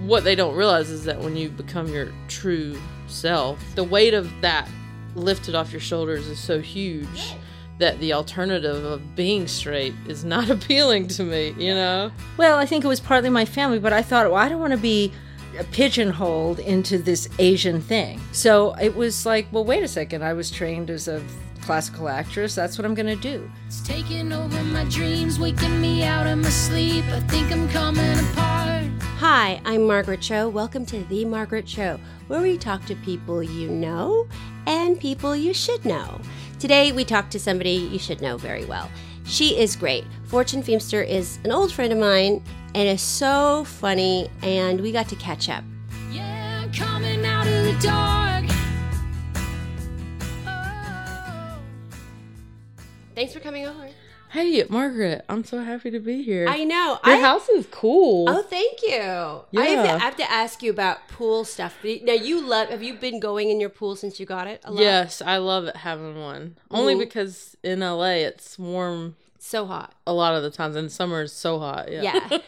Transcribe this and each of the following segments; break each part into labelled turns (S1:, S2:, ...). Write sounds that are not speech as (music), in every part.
S1: what they don't realize is that when you become your true self, the weight of that lifted off your shoulders is so huge that the alternative of being straight is not (laughs) appealing to me, you know?
S2: Well, I think it was partly my family, but I thought, well, I don't want to be pigeonholed into this Asian thing. So it was like, well, wait a second. I was trained as a classical actress. That's what I'm going to do.
S3: It's taking over my dreams, waking me out of my sleep. I think I'm coming apart.
S4: Hi, I'm Margaret Cho. Welcome to The Margaret Show, where we talk to people you know and people you should know. Today, we talk to somebody you should know very well. She is great. Fortune Feimster is an old friend of mine and is so funny, and we got to catch up.
S3: Yeah, I'm coming out of the dark. Oh.
S4: Thanks for coming over.
S1: Hey, Margaret, I'm so happy to be here.
S4: I know.
S1: Your
S4: I,
S1: house is cool.
S4: Oh, thank you. I, have to,
S1: Yeah.
S4: I have to ask you about pool stuff. Now, you love, have you been going in your pool since you got it? A lot?
S1: Yes, I love it having one. Only
S4: Mhm.
S1: because in LA it's warm
S4: So hot.
S1: a lot of the times and summer is so hot. Yeah.
S4: Yeah.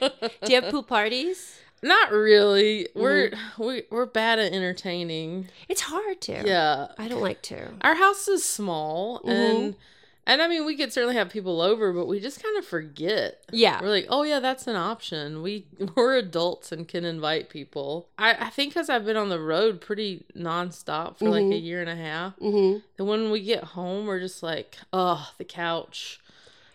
S4: Do you have pool parties?
S1: (laughs) not really. We're
S4: Mm-hmm.
S1: we, we're bad at entertaining.
S4: (laughs) It's hard to.
S1: Yeah.
S4: I don't like to.
S1: our house is small
S4: Mm-hmm.
S1: and and i mean we could certainly have people over but we just kind of forget
S4: Yeah.
S1: we're like oh yeah that's an option we (laughs) we're adults and can invite people i, I think because i've been on the road pretty nonstop for like a year and a half
S4: Mm-hmm.
S1: and when we get home we're just like oh the couch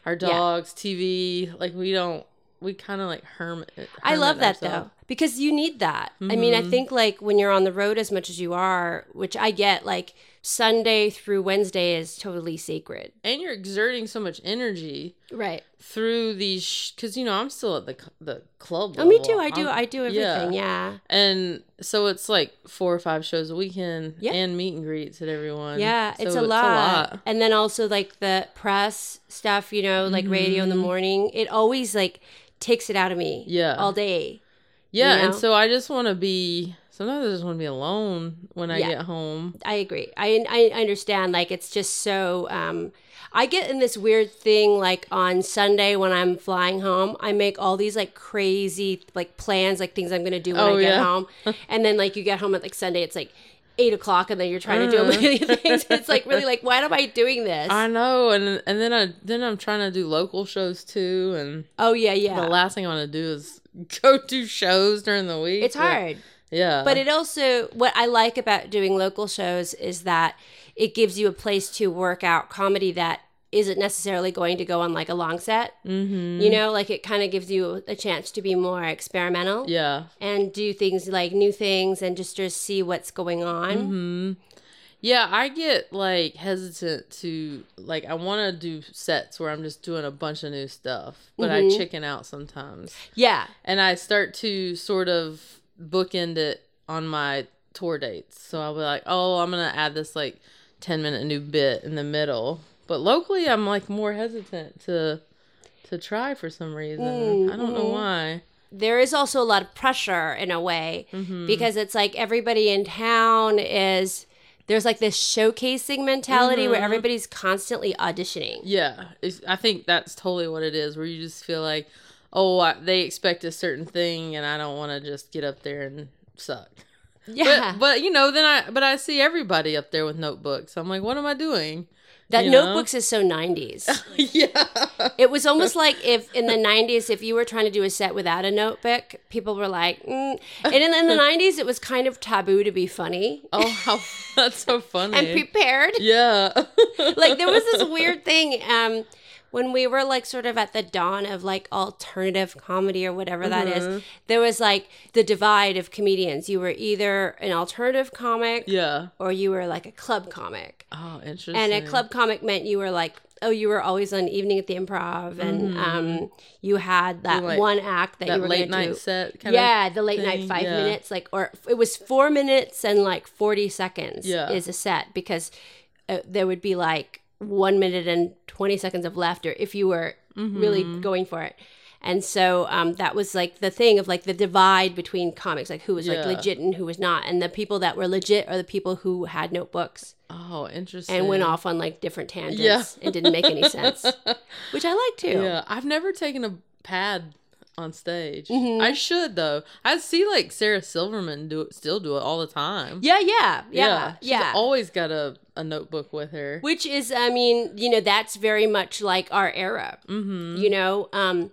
S1: our dogs tv like we don't we kind of like hermit,
S4: I love
S1: hermit
S4: that though
S1: ourselves.
S4: because you need that. I mean, I think like when you're on the road as much as you are, which I get, like Sunday through Wednesday is totally sacred.
S1: and you're exerting so much energy
S4: Right.
S1: through these because you know i'm still at the c- the club
S4: Oh, me
S1: level.
S4: too. I do.
S1: I'm-
S4: I do everything. Yeah.
S1: And so it's like four or five shows a weekend
S4: Yeah.
S1: and meet and greets at
S4: Yeah.
S1: everyone. So
S4: it's, a, lot. And then also like the press stuff, you know, like radio in the morning. It always like takes it out of me.
S1: Yeah.
S4: All day.
S1: Yeah.
S4: you
S1: And
S4: know?
S1: so I just want to be, sometimes I just want to be alone when I
S4: Yeah.
S1: get home.
S4: I agree. I I I understand. Like it's just so. Um, I get in this weird thing. Like on Sunday when I'm flying home, I make all these like crazy like plans, like things I'm gonna do when
S1: Oh,
S4: I get
S1: yeah. (laughs)
S4: home. And then like you get home at like Sunday, it's like eight o'clock, and then you're trying to do a
S1: Mm. (laughs)
S4: million things. It's like really like, why am I doing this?
S1: I know. And and then I then I'm trying to do local shows too. And
S4: oh yeah, yeah.
S1: the last thing I want to do is (laughs) go do shows during the week.
S4: it's
S1: But-
S4: hard.
S1: Yeah.
S4: But it also, what I like about doing local shows is that it gives you a place to work out comedy that isn't necessarily going to go on like a long set. Mm-hmm. You know, like it kind of gives you a chance to be more experimental
S1: yeah.
S4: and do things like new things and just just see what's going on.
S1: Mm-hmm. Yeah, I get like hesitant to like I want to do sets where I'm just doing a bunch of new stuff, but I chicken out sometimes.
S4: Yeah.
S1: and I start to sort of bookend it on my tour dates. So I'll be like, oh, I'm gonna add this like ten minute new bit in the middle. But locally, I'm like more hesitant to to try for some reason. I don't know why.
S4: there is also a lot of pressure in a way because it's like everybody in town is there's like this showcasing mentality where everybody's constantly auditioning.
S1: Yeah, it's, I think that's totally what it is. Where you just feel like,
S4: (laughs)
S1: oh, I, they expect a certain thing, and I don't want to just get up there and suck.
S4: Yeah.
S1: But, but you know, then I but I see everybody up there with notebooks. I'm like, what am I doing?
S4: That
S1: you know?
S4: notebooks is so 90s.
S1: (laughs) yeah.
S4: it was almost like if in the 90s, if you were trying to do a set without a notebook, people were like, mm. and in, in the 90s, it was kind of taboo to be funny
S1: Oh, (laughs) how that's so funny.
S4: and
S1: (laughs)
S4: prepared.
S1: yeah.
S4: like there was this weird thing um when we were like sort of at the dawn of like alternative comedy or whatever that
S1: Mm-hmm.
S4: is there was like the divide of comedians you were either an alternative comic
S1: yeah.
S4: or you were like a club comic
S1: Oh, interesting.
S4: and a club comic meant you were like oh you were always on evening at the improv and um you had that
S1: Mm-hmm. like
S4: one act that,
S1: that
S4: you were gonna
S1: late night
S4: do.
S1: set kind of
S4: yeah the late night
S1: thing,
S4: five
S1: yeah.
S4: minutes like or it was four minutes and like 40 seconds
S1: Yeah.
S4: is a set because uh, there would be like one minute and 20 seconds of laughter if you were
S1: Mm-hmm.
S4: really going for it and so um, that was like the thing of like the divide between comics like who was like
S1: Yeah.
S4: legit and who was not and the people that were legit are the people who had notebooks
S1: Oh, interesting.
S4: and went off on like different tangents
S1: Yeah.
S4: and didn't make any
S1: (laughs)
S4: sense which i like too
S1: Yeah, I've never taken a pad on stage.
S4: Mm-hmm.
S1: I should though. I see like Sarah Silverman do it, still do it all the time.
S4: yeah yeah yeah
S1: she's
S4: yeah.
S1: always got a, a notebook with her.
S4: which is i mean you know that's very much like our era
S1: mm-hmm.
S4: you know um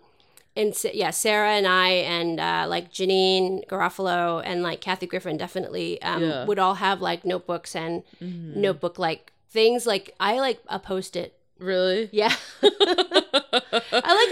S4: and s yeah sarah and i and uh, like janine garofalo and like kathy griffin definitely um,
S1: Yeah.
S4: would all have like notebooks and
S1: Mm-hmm.
S4: notebook like things like i like a post-it
S1: Really?
S4: yeah (laughs) i like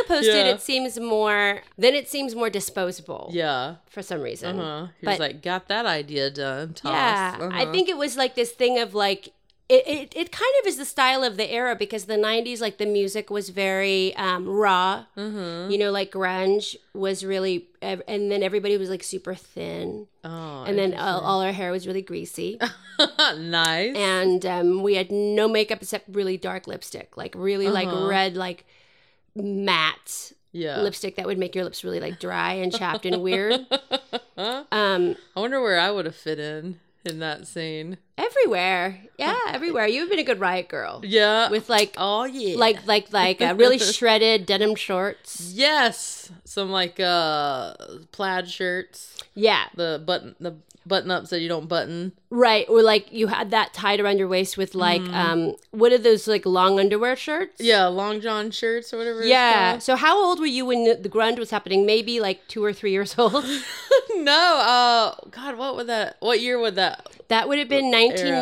S4: a post-it
S1: Yeah.
S4: it seems more then it seems more disposable
S1: (laughs) Yeah.
S4: for some reason
S1: Uh-huh. He was
S4: But-
S1: like, got that idea done. Toss.
S4: yeah, I
S1: Uh-huh.
S4: think it was like this thing of like it, it. It kind of is the style of the era because the '90s, like the music was very um, raw.
S1: Mhm.
S4: You know, like grunge was really, ev- and then everybody was like super thin,
S1: Oh,
S4: and then all, all our hair was
S1: (laughs)
S4: really greasy,
S1: interesting. nice.
S4: and um, we had no makeup except really dark lipstick, like really
S1: Uh-huh.
S4: like red, like matte
S1: yeah. (laughs)
S4: lipstick that would make your lips really like dry and chapped and weird. Um,
S1: I wonder where I would have fit in in that scene.
S4: everywhere, yeah, everywhere. You've been a good riot girl.
S1: Yeah.
S4: with like
S1: oh yeah.
S4: like like like uh,
S1: (laughs)
S4: really shredded denim shorts.
S1: yes, some like uh plaid shirts.
S4: Yeah,
S1: the button the button ups that you don't button.
S4: right. Or like you had that tied around your waist with like um what are those like long underwear shirts?
S1: Mm. Yeah, long john shirts or whatever. it's
S4: Yeah.
S1: called. (laughs)
S4: So how old were you when the, the grunge was happening? Maybe like 2 or 3 years (laughs) old.
S1: no, uh God, what would that what year would that
S4: That would have been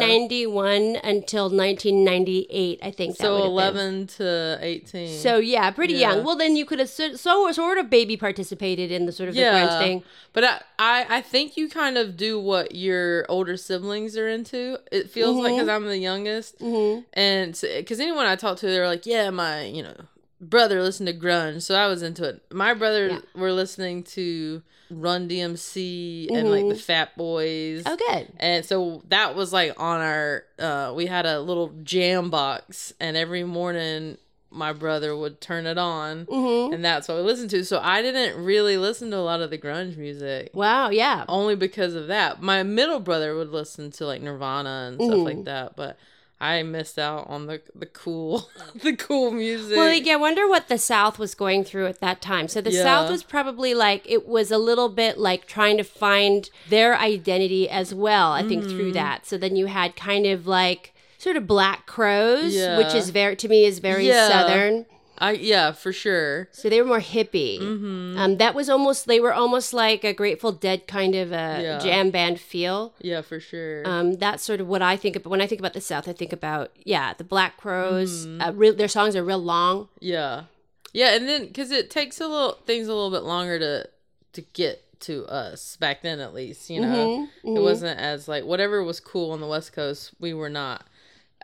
S4: 1991 until 1998, I think. that would
S1: so
S4: have been.
S1: eleven to eighteen.
S4: So yeah, pretty
S1: Yeah.
S4: young. Well, then you could have so, so sort of baby participated in the sort of the grunge thing.
S1: But I, I I think you kind of do what your older siblings are into. It feels like
S4: Mm-hmm.
S1: because I'm the youngest, and because anyone I talk to, they're like, yeah, my you know brother listened to grunge, so I was into it. My brother were listening to Run DMC and like the Fat Boys.
S4: Oh, good.
S1: And so that was like on our uh we had a little jam box and every morning my brother would turn it on
S4: Mm-hmm.
S1: and that's what we listened to. So I didn't really listen to a lot of the grunge music
S4: Wow, yeah.
S1: only because of that. My middle brother would listen to like Nirvana and stuff like that, but I missed out on the the cool (laughs) the cool music.
S4: Well, yeah, I wonder what the South was going through at that time. So the
S1: Yeah.
S4: South was probably like it was a little bit like trying to find their identity as well. I think
S1: Mm-hmm.
S4: through that. So then you had kind of like sort of Black Crows,
S1: Yeah.
S4: which is very to me is very
S1: Yeah.
S4: Southern.
S1: I yeah, for sure.
S4: So they were more hippie.
S1: Mm-hmm.
S4: Um, that was almost they were almost like a Grateful Dead kind of a
S1: Yeah.
S4: jam band feel.
S1: Yeah, for sure.
S4: Um, that's sort of what I think about when I think about the South. I think about yeah, the Black Crows.
S1: Mm-hmm.
S4: Uh, real, their songs are real long.
S1: Yeah, yeah, and then because it takes a little things a little bit longer to to get to us back then, at least you know
S4: Mm-hmm.
S1: it wasn't as like whatever was cool on the West Coast, we were not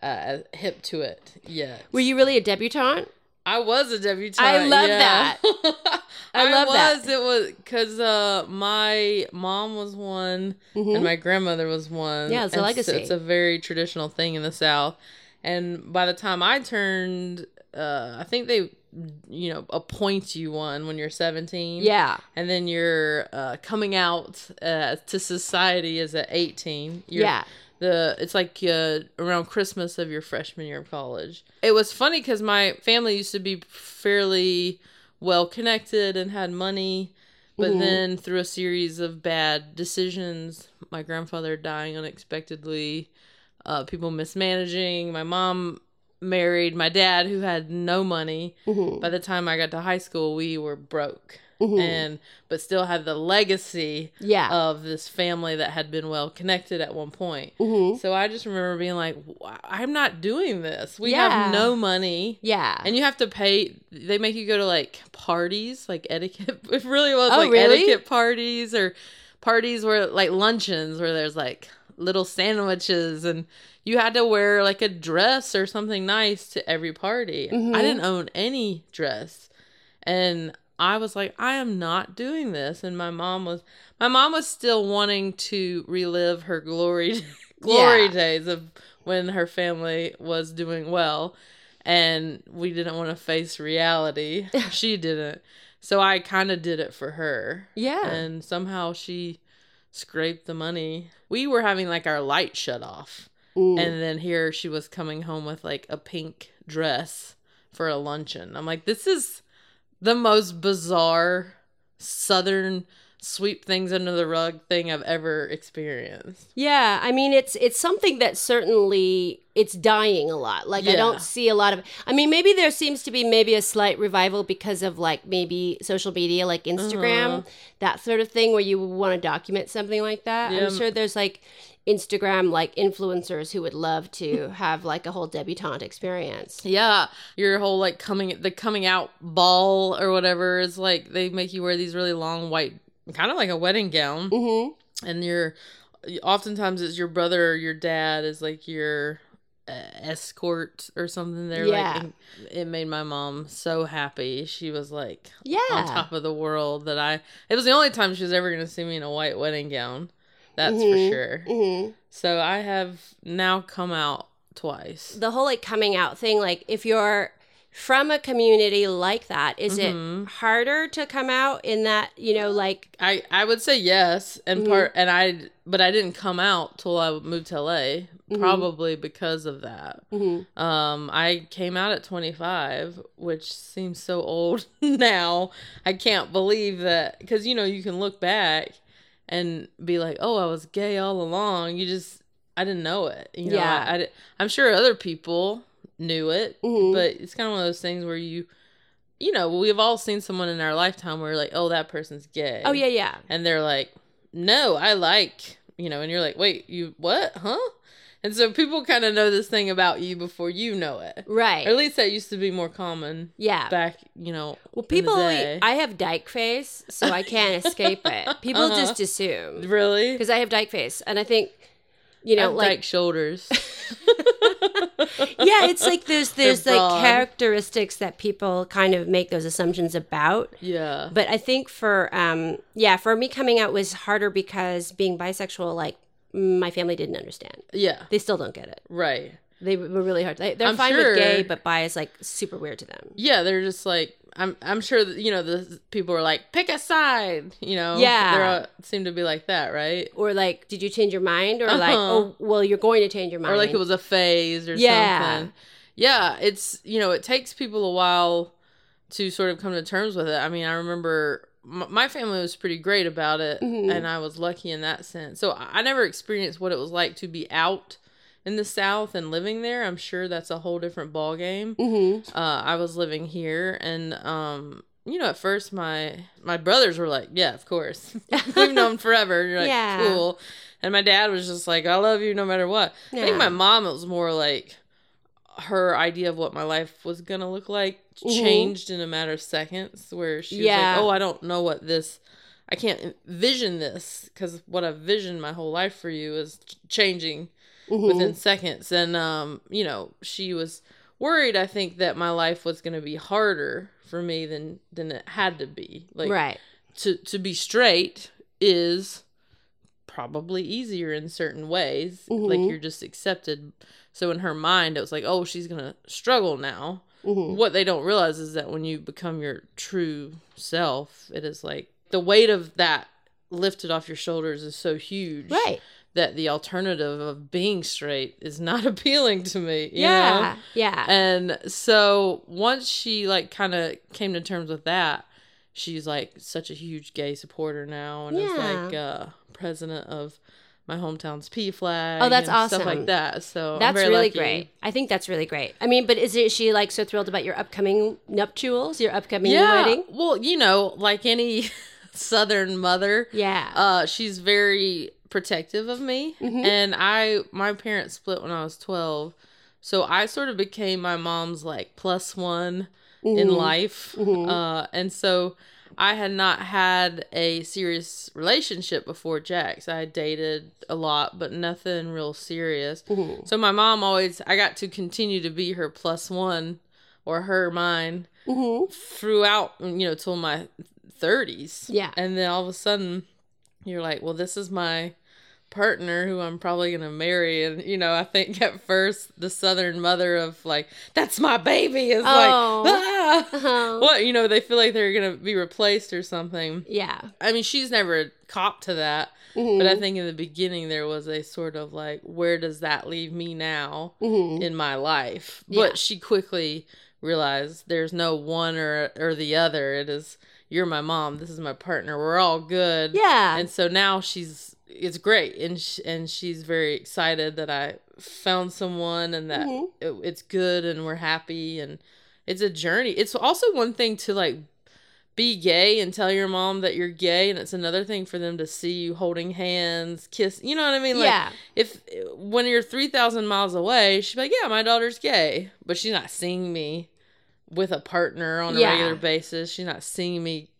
S1: uh, as hip to it yet.
S4: Were you really a debutante?
S1: I was a debutante.
S4: I
S1: (laughs)
S4: love that.
S1: I,
S4: I love that.
S1: was. It was because uh, my mom was one
S4: Mm-hmm.
S1: and my grandmother was one.
S4: Yeah, it's a
S1: and so
S4: legacy.
S1: it's a very traditional thing in the South. And by the time I turned, uh, I think they, you know, appoint you one when you're 17.
S4: Yeah.
S1: And then you're uh, coming out uh, to society as at 18. You're,
S4: Yeah.
S1: The it's like uh, around Christmas of your freshman year of college. It was funny because my family used to be fairly well connected and had money, But then through a series of bad decisions, my grandfather dying unexpectedly, uh, people mismanaging, my mom married my dad who had no money.
S4: Mm-hmm.
S1: By the time I got to high school, we were broke. And uh, but still had the legacy
S4: Hmm. Yeah.
S1: of this family that had been well connected at one point.
S4: Mm-hmm.
S1: So I just remember being like, "Wh- I'm not doing this. We
S4: Yeah.
S1: have no money.
S4: Yeah.
S1: And you have to pay. They make you go to like parties, like etiquette. (laughs) It really was
S4: Oh,
S1: like
S4: really?
S1: etiquette parties or parties where like luncheons where there's like little sandwiches and you had to wear like a dress or something nice to every party.
S4: Mm-hmm.
S1: I didn't own any dress. And I was like, I am not doing this. And my mom was, my mom was still wanting to relive her glory, (laughs) glory
S4: Yeah.
S1: days of when her family was doing well and we didn't want to face
S4: (laughs)
S1: reality. she didn't. So I kind of did it for her.
S4: Yeah.
S1: And somehow she scraped the money. We were having like our light shut off.
S4: Mm.
S1: And then here she was coming home with like a pink dress for a luncheon. I'm like, this is the most bizarre southern sweep things under the rug thing I've ever experienced.
S4: Yeah, I mean it's it's something that certainly it's dying a lot. Like I
S1: Yeah.
S4: don't see a lot of I mean maybe there seems to be maybe a slight revival because of like maybe social media like Instagram,
S1: Uh-huh.
S4: that sort of thing where you want to document something like that.
S1: Yeah.
S4: I'm sure there's like Instagram like influencers who would love to have like a whole debutante experience.
S1: Yeah, your whole like coming the coming out ball or whatever is like they make you wear these really long white, kind of like a wedding gown,
S4: Mhm.
S1: and your oftentimes it's your brother or your dad is like your uh, escort or something. They're
S4: Yeah.
S1: like, and it made my mom so happy. She was like
S4: Yeah.
S1: on top of the world that I. It was the only time she was ever going to see me in a white wedding gown. That's
S4: Mhm.
S1: for sure.
S4: Mhm.
S1: So I have now come out twice.
S4: the whole like coming out thing like if you're from a community like that is
S1: Mhm.
S4: it harder to come out in that you know like
S1: I I would say yes, and
S4: Mhm.
S1: part and I but I didn't come out till I moved to LA,
S4: Mm-hmm.
S1: probably because of that. Um, I came out at 25, which seems so old (laughs) now. I can't believe that because you know you can look back and be like, oh, I was gay all along. You just I didn't know it. You know,
S4: Yeah.
S1: I, I am sure other people knew it,
S4: Mhm.
S1: but it's kind of one of those things where you. You know, we've all seen someone in our lifetime where like, oh, that person's gay
S4: oh yeah yeah
S1: and they're like no i like you know and you're like wait you what huh and so people kind of know this thing about you before you know it
S4: right
S1: or at least that used to be more common
S4: yeah
S1: back you know in
S4: well
S1: the
S4: people e,
S1: day.
S4: i have dyke face so i can't escape it
S1: (laughs)
S4: people
S1: Uh-huh.
S4: just assume
S1: (laughs)
S4: (laughs)
S1: really
S4: because i have dyke face and i think you
S1: I
S4: know
S1: have
S4: like
S1: dyke
S4: (laughs)
S1: shoulders (laughs)
S4: yeah it's like there's there's
S1: broad.
S4: like characteristics that people kind of make those assumptions about
S1: yeah
S4: But I think for um yeah, for me coming out was harder because being bisexual, like my family didn't understand.
S1: yeah
S4: They still don't get it.
S1: right
S4: They were really hard. They, they're
S1: I'm
S4: fine
S1: sure-
S4: with gay, but bi is like super weird to them.
S1: yeah they're just like i'm i'm sure that, you know the people are like pick a side you know
S4: Yeah.
S1: they all seem to be like that right
S4: Or like, did you change your mind? Or like,
S1: Uh-huh.
S4: oh well, you're going to change your mind.
S1: or like it was a phase or
S4: Yeah.
S1: something. Yeah, it's you know it takes people a while to sort of come to terms with it. I mean, I remember m- my family was pretty great about it,
S4: Mm-hmm.
S1: and I was lucky in that sense. So I I never experienced what it was like to be out in the South and living there. I'm sure that's a whole different ball game.
S4: Mm-hmm.
S1: Uh, I was living here, and um, you know, at first my my brothers were like, "Yeah, of course, (laughs) we've
S4: (laughs)
S1: known forever." You're like,
S4: Yeah.
S1: "Cool," and my dad was just like, "I love you no matter what." I
S4: Yeah.
S1: think my mom it was more like her idea of what my life was gonna look like changed in a matter of seconds, where she
S4: Mm-hmm. Yeah.
S1: was like, "Oh, I don't know what this." I can't envision this because what I've visioned my whole life for you is ch- changing
S4: Mm-hmm.
S1: within seconds. And um, you know, she was worried. I think that my life was going to be harder for me than than it had to be. Like
S4: right.
S1: to to be straight is probably easier in certain ways. Like
S4: Mm-hmm.
S1: you're just accepted. So in her mind, it was like, oh, she's gonna struggle now.
S4: Mm-hmm.
S1: What they don't realize is that when you become your true self, it is like the weight of that lifted off your shoulders is so huge
S4: Right.
S1: that the alternative of being straight is not (laughs) appealing to me. you know?
S4: Yeah. Yeah.
S1: And so once she like kind of came to terms with that, she's like such a huge gay supporter now and is
S4: Yeah.
S1: like uh, president of my hometown's P flag.
S4: Oh, that's
S1: and
S4: awesome.
S1: Stuff like that. So I'm
S4: That's
S1: very
S4: really
S1: lucky.
S4: great. I think that's really great. I mean, but is, it, is she like so thrilled about your upcoming nuptials, your upcoming
S1: Yeah.
S4: wedding?
S1: Well, you know, like any (laughs) Southern mother,
S4: Yeah.
S1: uh, she's very protective of me, and I my parents split when I was twelve, so I sort of became my mom's like plus one in life, uh, and so I had not had a serious relationship before Jax. I dated a lot, but nothing real serious.
S4: Mm-hmm.
S1: So my mom always I got to continue to be her plus one or her mine
S4: Mm-hmm.
S1: throughout you know till my 30s
S4: Yeah.
S1: and then all of a sudden you're like well this is my partner who i'm probably going to marry and you know i think at first the southern mother of like that's my baby is
S4: Oh.
S1: like ah.
S4: Oh.
S1: what you know they feel like they're going to be replaced or something
S4: Yeah.
S1: i mean she's never copped to that but
S4: Mm.
S1: i think in the beginning there was a sort of like where does that leave me now
S4: Mhm.
S1: in my life.
S4: Yeah.
S1: But she quickly realized there's no one or or the other. It is you're my mom. This is my partner. We're all good.
S4: Yeah.
S1: And so now she's it's great, and sh- and she's very excited that I found someone and that
S4: Mm-hmm.
S1: it, it's good and we're happy and it's a journey. It's also one thing to like be gay and tell your mom that you're gay and it's another thing for them to see you holding hands kiss you know what i mean like
S4: Yeah.
S1: if when you're 3000 miles away she'd be like yeah my daughter's gay but she's not seeing me with a partner on a
S4: Yeah.
S1: regular basis she's not seeing me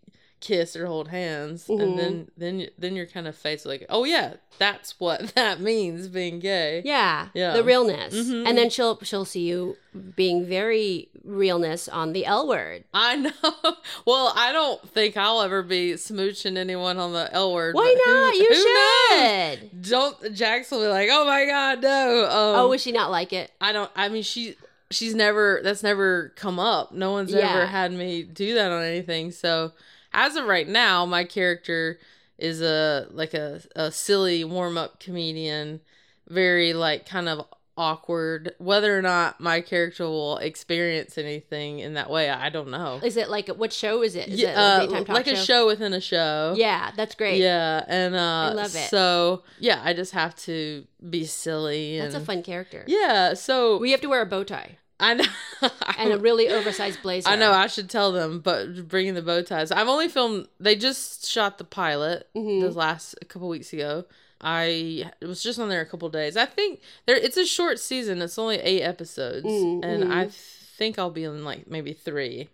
S1: kiss or hold hands
S4: Mhm.
S1: and then then you- then you're kind of faced with like oh yeah that's what (laughs) that means being gay
S4: Yeah,
S1: Yeah.
S4: the realness,
S1: Mhm.
S4: and then she'll she'll see you being very realness on the L word.
S1: I know. (laughs) Well, I don't think I'll ever be smooching anyone on the L word.
S4: Why
S1: but who-
S4: not? you
S1: who knows?
S4: should.
S1: don't Jax will be like, oh my god, no. Um,
S4: Oh, would she not like it?
S1: I don't. I mean, she she's never. That's never come up. No one's
S4: Yeah.
S1: ever had me do that on anything. So as of right now, my character is a like a a silly warm up comedian, very like kind of awkward. Whether or not my character will experience anything in that way, I don't know.
S4: Is it like what show is it? Is
S1: Yeah,
S4: it
S1: uh,
S4: a daytime talk
S1: like
S4: show?
S1: a show within a show.
S4: Yeah, that's great.
S1: Yeah, and uh, I
S4: love it.
S1: So yeah, I just have to be silly. And,
S4: that's a fun character.
S1: Yeah, so
S4: we have to wear a bow tie
S1: I know, (laughs)
S4: and a really oversized blazer.
S1: I know I should tell them, but bringing the bow ties. I've only filmed. They just shot the pilot
S4: Mhm.
S1: this last a couple weeks ago. I was just on there a couple days. I think there. It's a short season. It's only eight episodes,
S4: Mm,
S1: and
S4: mhm.
S1: I think I'll be in like maybe three.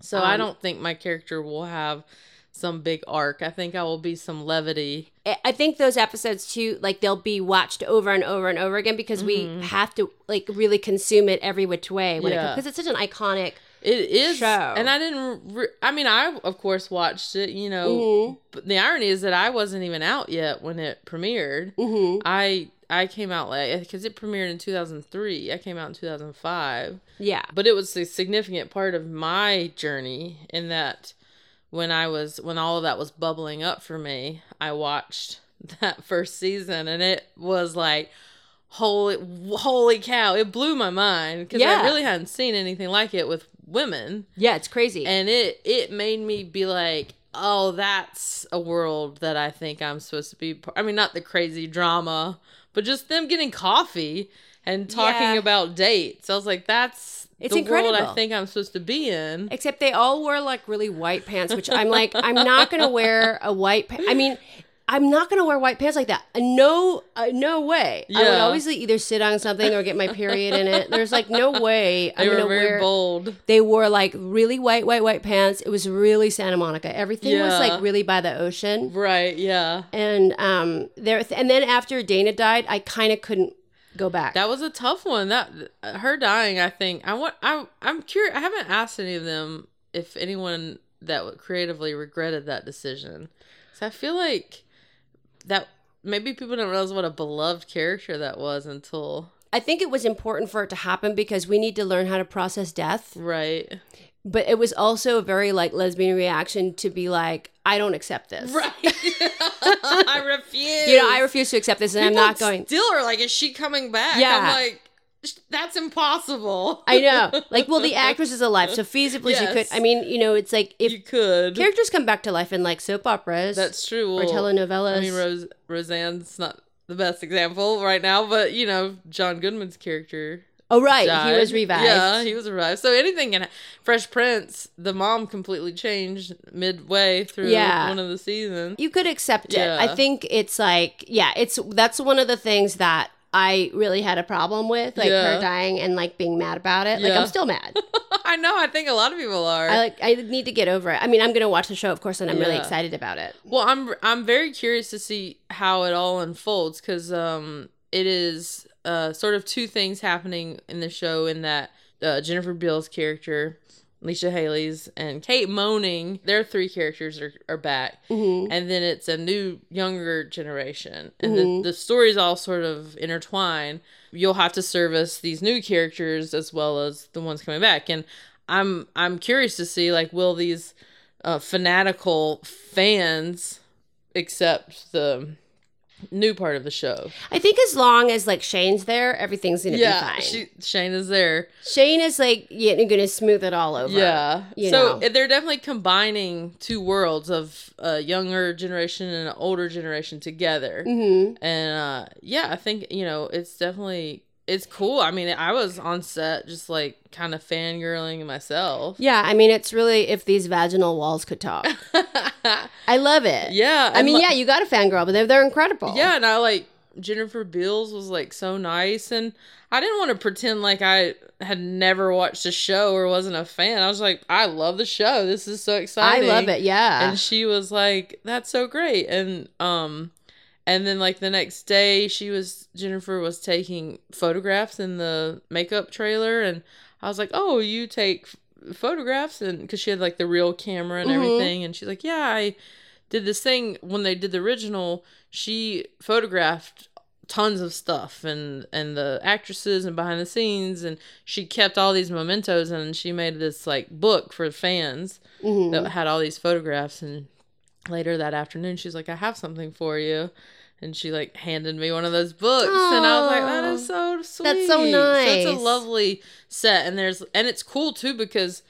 S1: So I
S4: Um,
S1: don't think my character will have some big arc. I think I will be some levity.
S4: I- I think those episodes too, like they'll be watched over and over and over again because we have to like really consume it every which way when
S1: Mm-hmm. Yeah.
S4: it because it's such an iconic.
S1: It is,
S4: show.
S1: and I didn't. Re- I mean, I of course watched it. You know, but the irony is that I wasn't even out yet when it premiered.
S4: Mhm.
S1: I I came out late because it premiered in 2003. I came out in 2005,
S4: Yeah.
S1: but it was a significant part of my journey in that when I was when all of that was bubbling up for me, I watched (laughs) that first season, and it was like. Holy, holy cow! It blew my mind because
S4: Yeah.
S1: I really hadn't seen anything like it with women
S4: Yeah, it's crazy.
S1: and it it made me be like oh that's a world that i think i'm supposed to be par- i mean not the crazy drama but just them getting coffee and talking
S4: Yeah.
S1: about dates i was like that's
S4: It's
S1: the world
S4: incredible.
S1: i think i'm supposed to be in
S4: Except they all wore like really white pants, which I'm like, I'm not gonna wear a white. Pa- I mean, I'm not gonna wear white pants like that. Uh, No, uh, no way. I would
S1: Yeah.
S4: always either sit on something or get my period in it. There's like no way
S1: they
S4: I'm
S1: were
S4: gonna
S1: very
S4: wear.
S1: bold
S4: They wore like really white, white, white pants. It was really Santa Monica. Everything was
S1: Yeah.
S4: like really by the ocean.
S1: right yeah
S4: And um, there, and then after Dana died, I kind of couldn't go back.
S1: that was a tough one that her dying i think i want i i'm curious i haven't asked any of them if anyone that creatively regretted that decision so i feel like that maybe people don't realize what a beloved character that was until
S4: I think it was important for it to happen because we need to learn how to process death. (laughs)
S1: right
S4: but it was also a very like lesbian reaction to be like i don't accept
S1: (laughs)
S4: this
S1: i refuse
S4: you know i refuse to accept this and i'm
S1: People
S4: not going
S1: still are like is she coming back
S4: Yeah.
S1: i'm like that's impossible.
S4: I know. Like, well, the actress is alive, so feasibly she could.
S1: Yes.
S4: I mean, you know, it's like if
S1: you could.
S4: characters come back to life in like soap operas.
S1: That's true.
S4: or telenovelas.
S1: I mean, Rose Roseanne's not the best example right now, but you know, John Goodman's character.
S4: oh right,
S1: died.
S4: he was revived.
S1: Yeah, he was revived. So anything in Fresh Prince, the mom completely changed midway through
S4: Yeah.
S1: one of the seasons. (laughs)
S4: you could accept it.
S1: Yeah.
S4: I think it's like, yeah, it's that's one of the things that I really had a problem with, like
S1: Yeah.
S4: her dying and like being mad about it. Like
S1: Yeah.
S4: I'm
S1: (laughs)
S4: still mad.
S1: I know. I think a lot of people are.
S4: I like I need to get over it. I mean, I'm gonna watch the show, of course, and I'm really
S1: Yeah.
S4: excited about it.
S1: Well, I'm I'm very curious to see how it all unfolds because um it is uh sort of two things happening in the show in that uh, Jennifer Beals character, Alicia Haley's, and Kate Moaning, their three characters are are back,
S4: hmm
S1: and then it's a new younger generation, and
S4: Mhm.
S1: the the stories all sort of intertwine. You'll have to service these new characters as well as the ones coming back, and I'm I'm curious to see like will these uh, fanatical fans accept the new part of the show?
S4: I think as long as like Shane's there, everything's gonna be fine.
S1: she, Shane is there.
S4: Shane is like yeah, gonna smooth it all over.
S1: yeah,
S4: you
S1: so
S4: know.
S1: they're definitely combining two worlds of a younger generation and an older generation together.
S4: hmm
S1: and uh yeah i think you know it's definitely it's cool i mean i was on set just like kind of fangirling myself
S4: Yeah, I mean, it's really if these vaginal walls could talk. I love
S1: (laughs)
S4: it.
S1: yeah
S4: I
S1: and
S4: mean,
S1: li-
S4: yeah, you got a fangirl, but they're, they're incredible.
S1: yeah and i like jennifer beals was like so nice and i didn't want to pretend like i had never watched the show or wasn't a fan i was like i love the show this is so
S4: I
S1: exciting
S4: love it. Yeah.
S1: and she was like that's so great and um and then like the next day she was jennifer was taking photographs in the makeup trailer and i was like oh you take f- photographs and because she had like the real camera and
S4: Mhm.
S1: everything and she's like yeah i did this thing when they did the original she photographed tons of stuff and and the actresses and behind the scenes and she kept all these mementos and she made this like book for fans
S4: Mhm.
S1: that had all these photographs and later that afternoon she's like i have something for you and she like handed me one of those books and i was like that
S4: Aw.
S1: is so sweet
S4: That's so
S1: it's a
S4: nice.
S1: lovely set and there's and it's cool too because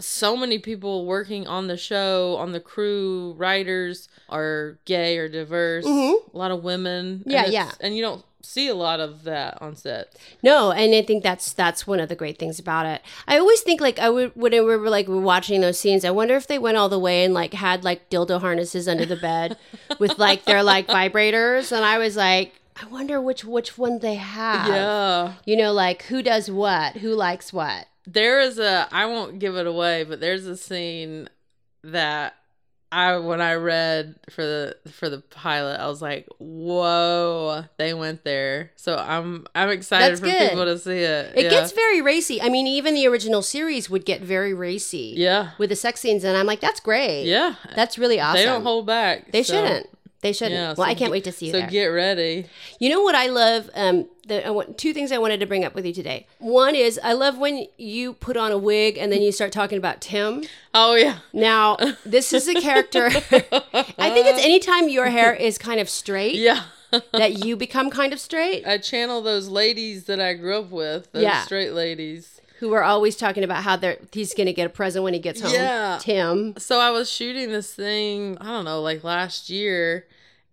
S1: so many people working on the show on the crew writers are gay or diverse
S4: Mhm.
S1: a lot of women
S4: Yeah,
S1: and it's-
S4: yeah.
S1: and you don't see a lot of that on set
S4: No, and I think that's that's one of the great things about it. I always think like I would when we were like watching those scenes. I wonder if they went all the way and like had like dildo harnesses under the bed
S1: (laughs)
S4: with like their like vibrators. And I was like, I wonder which which one they have.
S1: yeah
S4: You know, like who does what, who likes what.
S1: there is a I won't give it away, but there's a scene that I when I read for the for the pilot, I was like, "Whoa, they went there." So I'm I'm excited
S4: That's
S1: for
S4: good.
S1: people to see it.
S4: It
S1: yeah.
S4: gets very racy. I mean, even the original series would get very racy.
S1: yeah,
S4: With the sex scenes, and I'm like, that's great.
S1: yeah.
S4: That's really awesome.
S1: They don't hold back.
S4: They
S1: so-
S4: shouldn't. They shouldn't.
S1: Yeah,
S4: well,
S1: so
S4: I can't
S1: get-
S4: wait to see you
S1: So
S4: there.
S1: get ready.
S4: You know what I love? Um, the, I want, two things I wanted to bring up with you today. One is I love when you put on a wig and then you start talking about Tim.
S1: Oh yeah, (laughs)
S4: Now, this is a character. I think it's anytime your hair is kind of straight
S1: yeah. (laughs)
S4: that you become kind of straight,
S1: I channel those ladies that I grew up with, those
S4: Yeah.
S1: straight ladies.
S4: who are always talking about how they're, he's going to get a present when he gets home.
S1: Yeah.
S4: Tim.
S1: so I was shooting this thing, I don't know, like last year,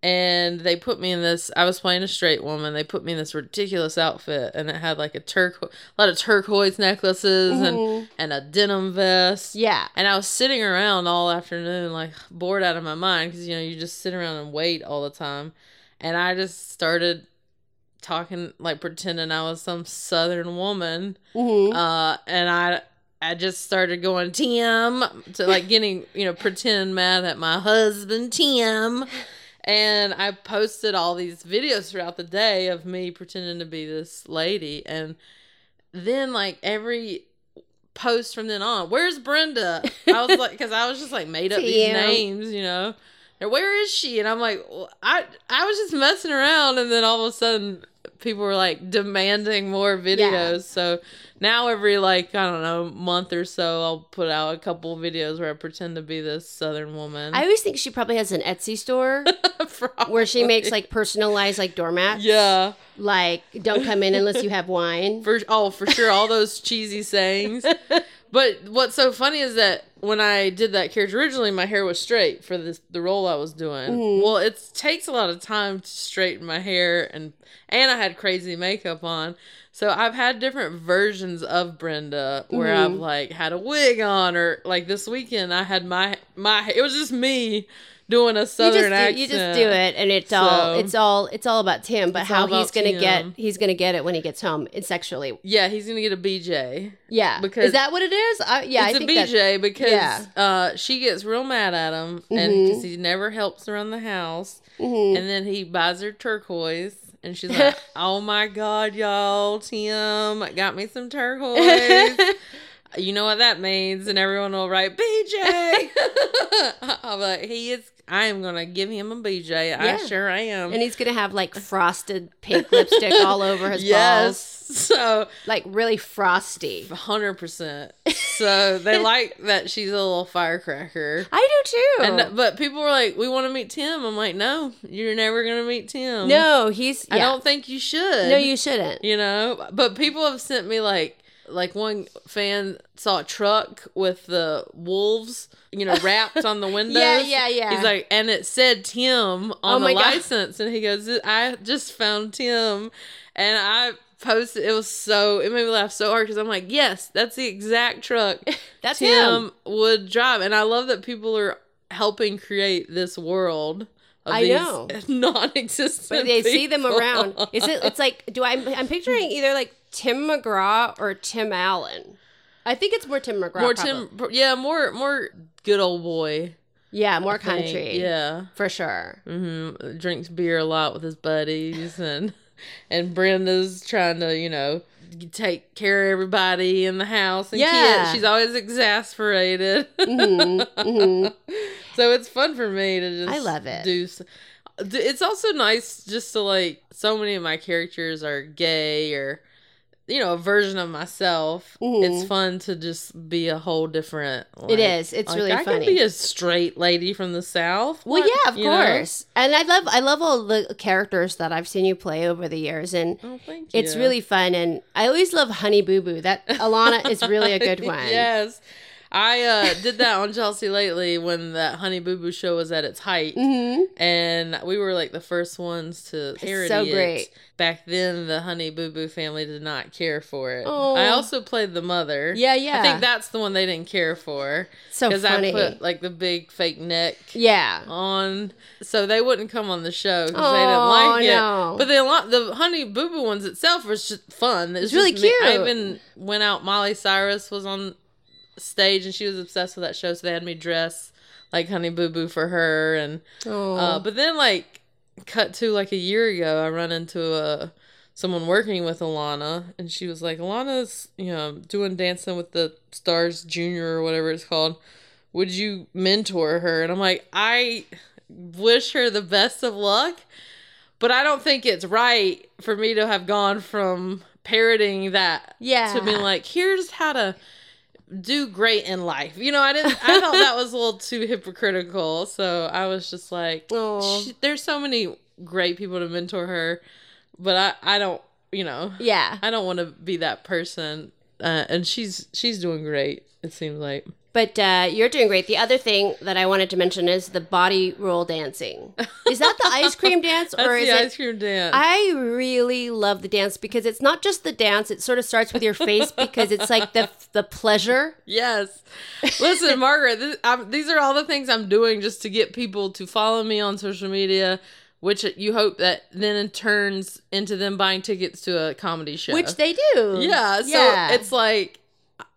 S1: and they put me in this. I was playing a straight woman. They put me in this ridiculous outfit, and it had like a turquo a lot of turquoise necklaces, and and a denim vest.
S4: Mm-hmm. Yeah.
S1: And I was sitting around all afternoon, like bored out of my mind, because you know you just sit around and wait all the time. And I just started talking, like pretending I was some Southern woman,
S4: Mm-hmm.
S1: uh, and I I just started going Tim to like getting you know pretend mad at my husband Tim. And I posted all these videos throughout the day of me pretending to be this lady, and then like every post from then on. Where's Brenda? I was like, because I was just like made up these
S4: Damn.
S1: names, you know. And where is she? And I'm like, well, I I was just messing around, and then all of a sudden, people were like demanding more videos. So now every like I don't know month or so, I'll put out a couple videos where I pretend to be this Southern woman.
S4: I always think she probably has an
S1: (laughs)
S4: Etsy store
S1: Probably.
S4: where she makes like personalized like doormats.
S1: yeah
S4: Like don't come in unless you have wine.
S1: for oh for sure all
S4: (laughs)
S1: those cheesy sayings. But what's so funny is that when I did that character originally, my hair was straight for this the role I was doing. Well, it takes a lot of time to straighten my hair, and and I had crazy makeup on, so I've had different versions of Brenda where
S4: Mm-hmm.
S1: I've like had a wig on, or like this weekend I had my my it was just me doing a
S4: you
S1: southern
S4: just do,
S1: accent.
S4: you just do it and it's all
S1: So-
S4: it's all it's all about Tim, but
S1: It's
S4: how
S1: all about
S4: he's gonna get
S1: Tim.
S4: he's gonna get it when he gets home. It's sexually.
S1: Yeah, he's gonna get a BJ.
S4: Yeah.
S1: Because-
S4: is that what it is? I, yeah,
S1: it's
S4: I
S1: a
S4: think that's-
S1: BJ because
S4: yeah. Mm-hmm.
S1: uh, she gets real mad at him, and because he never helps around the house, and then he buys her turquoise, and she's
S4: (laughs)
S1: like, "Oh my god, y'all, Tim got me some
S4: (laughs)
S1: turquoise." you know what that means, and everyone will write BJ. (laughs) I'm like, he is. I am gonna give him a BJ.
S4: Yeah.
S1: I sure am.
S4: and he's gonna have like frosted pink lipstick all over
S1: (laughs)
S4: his
S1: yes.
S4: balls,
S1: So
S4: like really frosty.
S1: hundred percent. So
S4: (laughs)
S1: they like that she's a little firecracker.
S4: I do too.
S1: And um, but people were like, "We want to meet Tim." I'm like, "No, you're never gonna meet Tim.
S4: no, he's.
S1: I
S4: yeah.
S1: don't think you should.
S4: No, you shouldn't.
S1: you know." But people have sent me like, like one fan saw a truck with the wolves, you know, wrapped on the windows.
S4: (laughs) yeah, yeah.
S1: He's like, and it said Tim on
S4: Oh
S1: the
S4: my God.
S1: license, and he goes, "I just found Tim," and I. Posted it was so it made me laugh so hard because I'm like, yes, that's the exact
S4: (laughs)
S1: truck
S4: That's him.
S1: (laughs) Tim would drive. And I love that people are helping create this world of
S4: I
S1: these
S4: know.
S1: (laughs) non-existent.
S4: But they see them
S1: people.
S4: around. Is it? It's like do I? I'm picturing either like Tim McGraw or Tim Allen. I think it's more Tim McGraw.
S1: more
S4: probably.
S1: Tim? Yeah, more more good old boy.
S4: Yeah, more
S1: thing.
S4: country.
S1: Yeah, (laughs)
S4: for sure.
S1: mm-hmm. drinks beer a lot with his buddies and. (laughs) And Brenda's trying to, you know, take care of everybody in the house and
S4: Yeah.
S1: kids. She's always exasperated.
S4: Mm-hmm.
S1: so it's fun for me to just
S4: I love it.
S1: do s- d- it's also nice just to like so many of my characters are gay or you know a version of myself it's fun to just be a whole different like-
S4: is. It's
S1: like,
S4: really
S1: I
S4: funny.
S1: can be a straight lady from the south
S4: Well,
S1: What-
S4: yeah, of
S1: you know?
S4: course. And I love I love all the characters that I've seen you play over the years, and
S1: oh, thank you.
S4: it's really fun. And I always love Honey Boo
S1: (laughs)
S4: Boo. That Alana is really a good one.
S1: yes I uh, did that on Chelsea lately when that Honey Boo Boo show was at its
S4: Mm-hmm.
S1: height, and we were like the first ones to parody
S4: so
S1: it.
S4: great.
S1: Back then, the Honey Boo Boo family did not care for it.
S4: Oh.
S1: I also played the mother.
S4: Yeah, yeah.
S1: I think that's the one they didn't care for
S4: So funny.
S1: I put like the big fake neck
S4: Yeah.
S1: on, so they wouldn't come on the show because
S4: Oh,
S1: they didn't like
S4: no.
S1: it. But the lot the Honey Boo Boo ones itself was just fun. It was
S4: It's really
S1: just me- I
S4: cute.
S1: even went out. Molly Cyrus was on stage and she was obsessed with that show, so they had me dress like Honey Boo Boo for her. And
S4: Oh.
S1: uh, but then like cut to like a year ago, I run into a someone working with Alana, and she was like, "Alana's you know doing Dancing with the Stars Junior or whatever it's called. Would you mentor her?" And I'm like, I wish her the best of luck but I don't think it's right for me to have gone from parroting that
S4: Yeah.
S1: to being like, here's how to do great in life. You know, I didn't I thought that was a little too hypocritical. So I was just like
S4: (laughs) Aw.
S1: "Sh- there's so many great people to mentor her, but I, I don't you know
S4: Yeah.
S1: I don't want to be that person. Uh, and she's she's doing great, it seems like.
S4: But uh, you're doing great. The other thing that I wanted to mention is the body
S1: (laughs)
S4: roll dancing. Is that the ice cream dance
S1: That's
S4: or is
S1: the
S4: it?
S1: ice cream (laughs) dance.
S4: I really love the dance because it's not just the dance. It sort of starts with your face because it's like the the pleasure. (laughs)
S1: Yes. Listen, Margaret, this, I'm, these are all the things I'm doing just to get people to follow me on social media, which you hope that then in turns into them buying tickets to a comedy show.
S4: Which they do.
S1: yeah, so it's like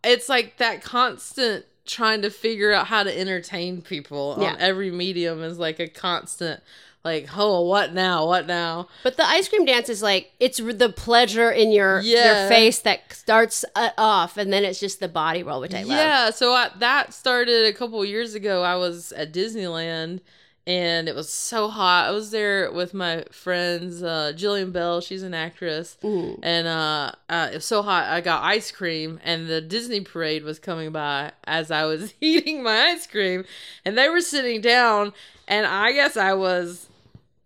S1: it's like that constant trying to figure out how to entertain people
S4: Yeah.
S1: on every medium is like a constant like, oh, what now? What now?
S4: But the ice cream dance is like it's r- the pleasure in your your
S1: Yeah.
S4: face that starts uh, off, and then it's just the body roll, which I love.
S1: Yeah, so I, that started a couple years ago. I was at Disneyland and it was so hot. I was there with my friends, uh, Jillian Bell. She's an actress,
S4: Mm.
S1: and uh, uh, it was so hot. I got ice cream, and the Disney parade was coming by as I was (laughs) eating my ice cream, and they were sitting down, and I guess I was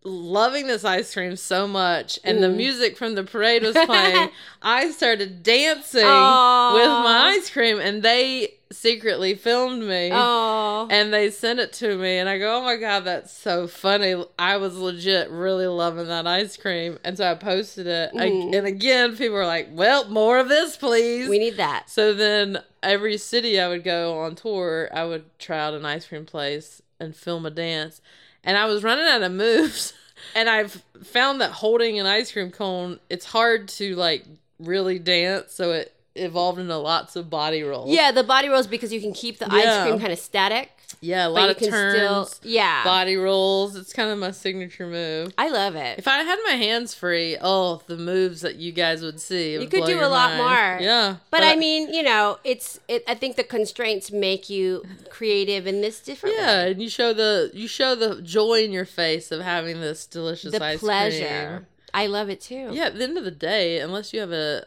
S1: loving this ice cream so much and the music from the parade was playing i started dancing with my ice cream and they secretly filmed me
S4: Oh.
S1: and they sent it to me and i go oh my god that's so funny i was legit really loving that ice cream and so i posted it I, and again people were like well more of this please
S4: We need that.
S1: so then every city I would go on tour, I would try out an ice cream place and film a dance. And I was running out of moves. (laughs) And I've found that holding an ice cream cone, it's hard to like really dance. So it evolved into lots of body rolls.
S4: Yeah, the body rolls because you can keep the ice
S1: Yeah.
S4: cream kind of static.
S1: Yeah. A
S4: but
S1: lot
S4: you
S1: of
S4: can still-
S1: turns.
S4: yeah.
S1: Body rolls. It's kind of my signature move.
S4: I love it.
S1: If I had my hands free, oh, the moves that you guys would see. it
S4: you
S1: would
S4: could
S1: blow
S4: do
S1: your
S4: a lot
S1: mind.
S4: more.
S1: Yeah.
S4: But, I mean, you know, it's. It, I think the constraints make you creative in this different
S1: Yeah,
S4: way.
S1: and you show the you show the joy in your face of having this delicious
S4: The
S1: ice
S4: pleasure. I love it too.
S1: cream. Yeah, at the end of the day, unless you have a,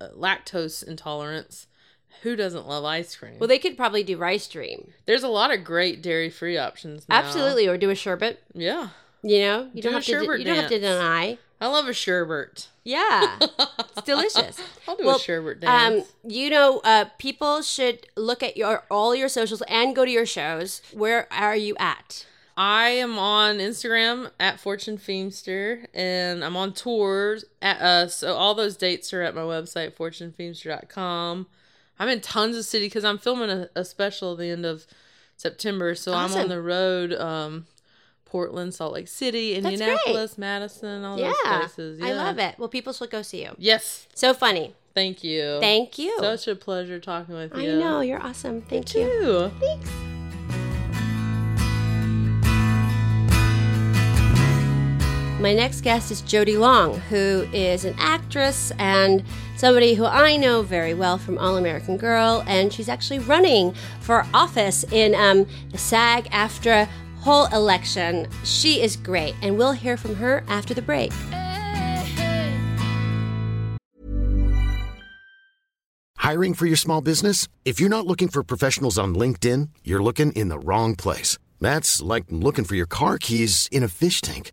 S1: a, a lactose intolerance, who doesn't love ice cream?
S4: Well, they could probably do rice dream.
S1: there's a lot of great dairy free options. Now.
S4: Absolutely, or do a sherbet.
S1: Yeah,
S4: You know, you
S1: Do
S4: don't
S1: a
S4: have to.
S1: sherbet
S4: you don't have to
S1: dance.
S4: deny.
S1: I love a sherbet.
S4: Yeah,
S1: (laughs)
S4: it's delicious.
S1: I'll do
S4: Well, um,
S1: a sherbet dance.
S4: you know, uh, people should look at your all your socials and go to your shows. Where are you at?
S1: I am on Instagram at Fortune Feemster, and I'm on tours. At, uh, so all those dates are at my website, fortunefeemster.com. I'm in tons of cities because I'm filming a, a special at the end of September. So I'm
S4: Awesome.
S1: on the road, um, Portland, Salt Lake City,
S4: great.
S1: Indianapolis, Madison, all
S4: Yeah,
S1: those places.
S4: I
S1: Yeah.
S4: love it. Well, people should go see you.
S1: Yes,
S4: So funny.
S1: thank you.
S4: Thank you.
S1: Such a pleasure talking with
S4: I
S1: you.
S4: know you're awesome. Thank you.
S1: Too.
S4: My next guest is Jodie Long, who is an actress and somebody who I know very well from All American Girl, and she's actually running for office in um, the SAG after whole election. She is great, and we'll hear from her after the break.
S5: Hiring for your small business? If you're not looking for professionals on LinkedIn, you're looking in the wrong place. That's like looking for your car keys in a fish tank.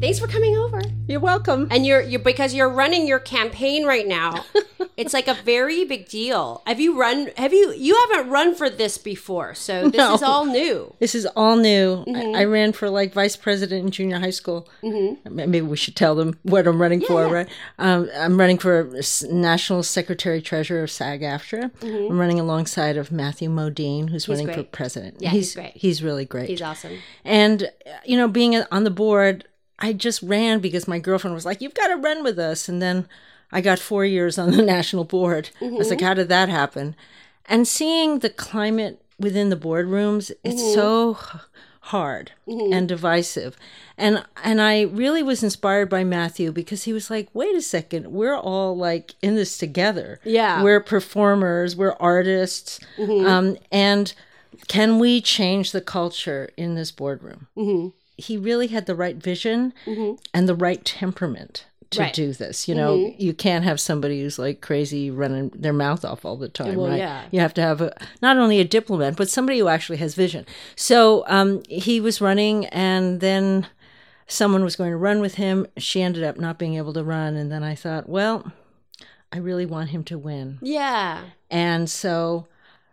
S4: Thanks for coming over.
S2: You're welcome.
S4: And you're, you're because you're running your campaign right
S2: (laughs)
S4: now. it's like a very big deal. Have you run? Have you you haven't run for this before? So this
S2: No.
S4: is all new.
S2: This is all new.
S4: Mm-hmm.
S2: I, I ran for like vice president in junior high school. Mm-hmm. Maybe we should tell them what I'm running for, right? Um, I'm running for s- national secretary treasurer of SAG-AFTRA. I'm running alongside of Matthew Modine, who's running for
S4: Mm-hmm. great.
S2: president.
S4: Yeah, he's great.
S2: He's really great.
S4: He's awesome.
S2: And uh, you know, being on the board, I just ran because my girlfriend was like, "You've got to run with us." And then I got four years on the (laughs) national board. I was like, "How did that happen?" And seeing the climate within the boardrooms, it's so h- hard and divisive. And and I really was inspired by Matthew because he was like, "Wait a second, we're all like in this together.
S4: Yeah.
S2: we're performers, we're artists, um, and." can we change the culture in this boardroom? He really had the right vision and the right temperament to
S4: Mm-hmm. Right. Mm-hmm.
S2: do this. You know, you can't have somebody who's like crazy running their mouth off all the time, right?
S4: yeah.
S2: You have to have a, not only a diplomat, but somebody who actually has vision. So um, he was running, and then someone was going to run with him. She ended up not being able to run. And then I thought, well, I really want him to win.
S4: Yeah.
S2: And so,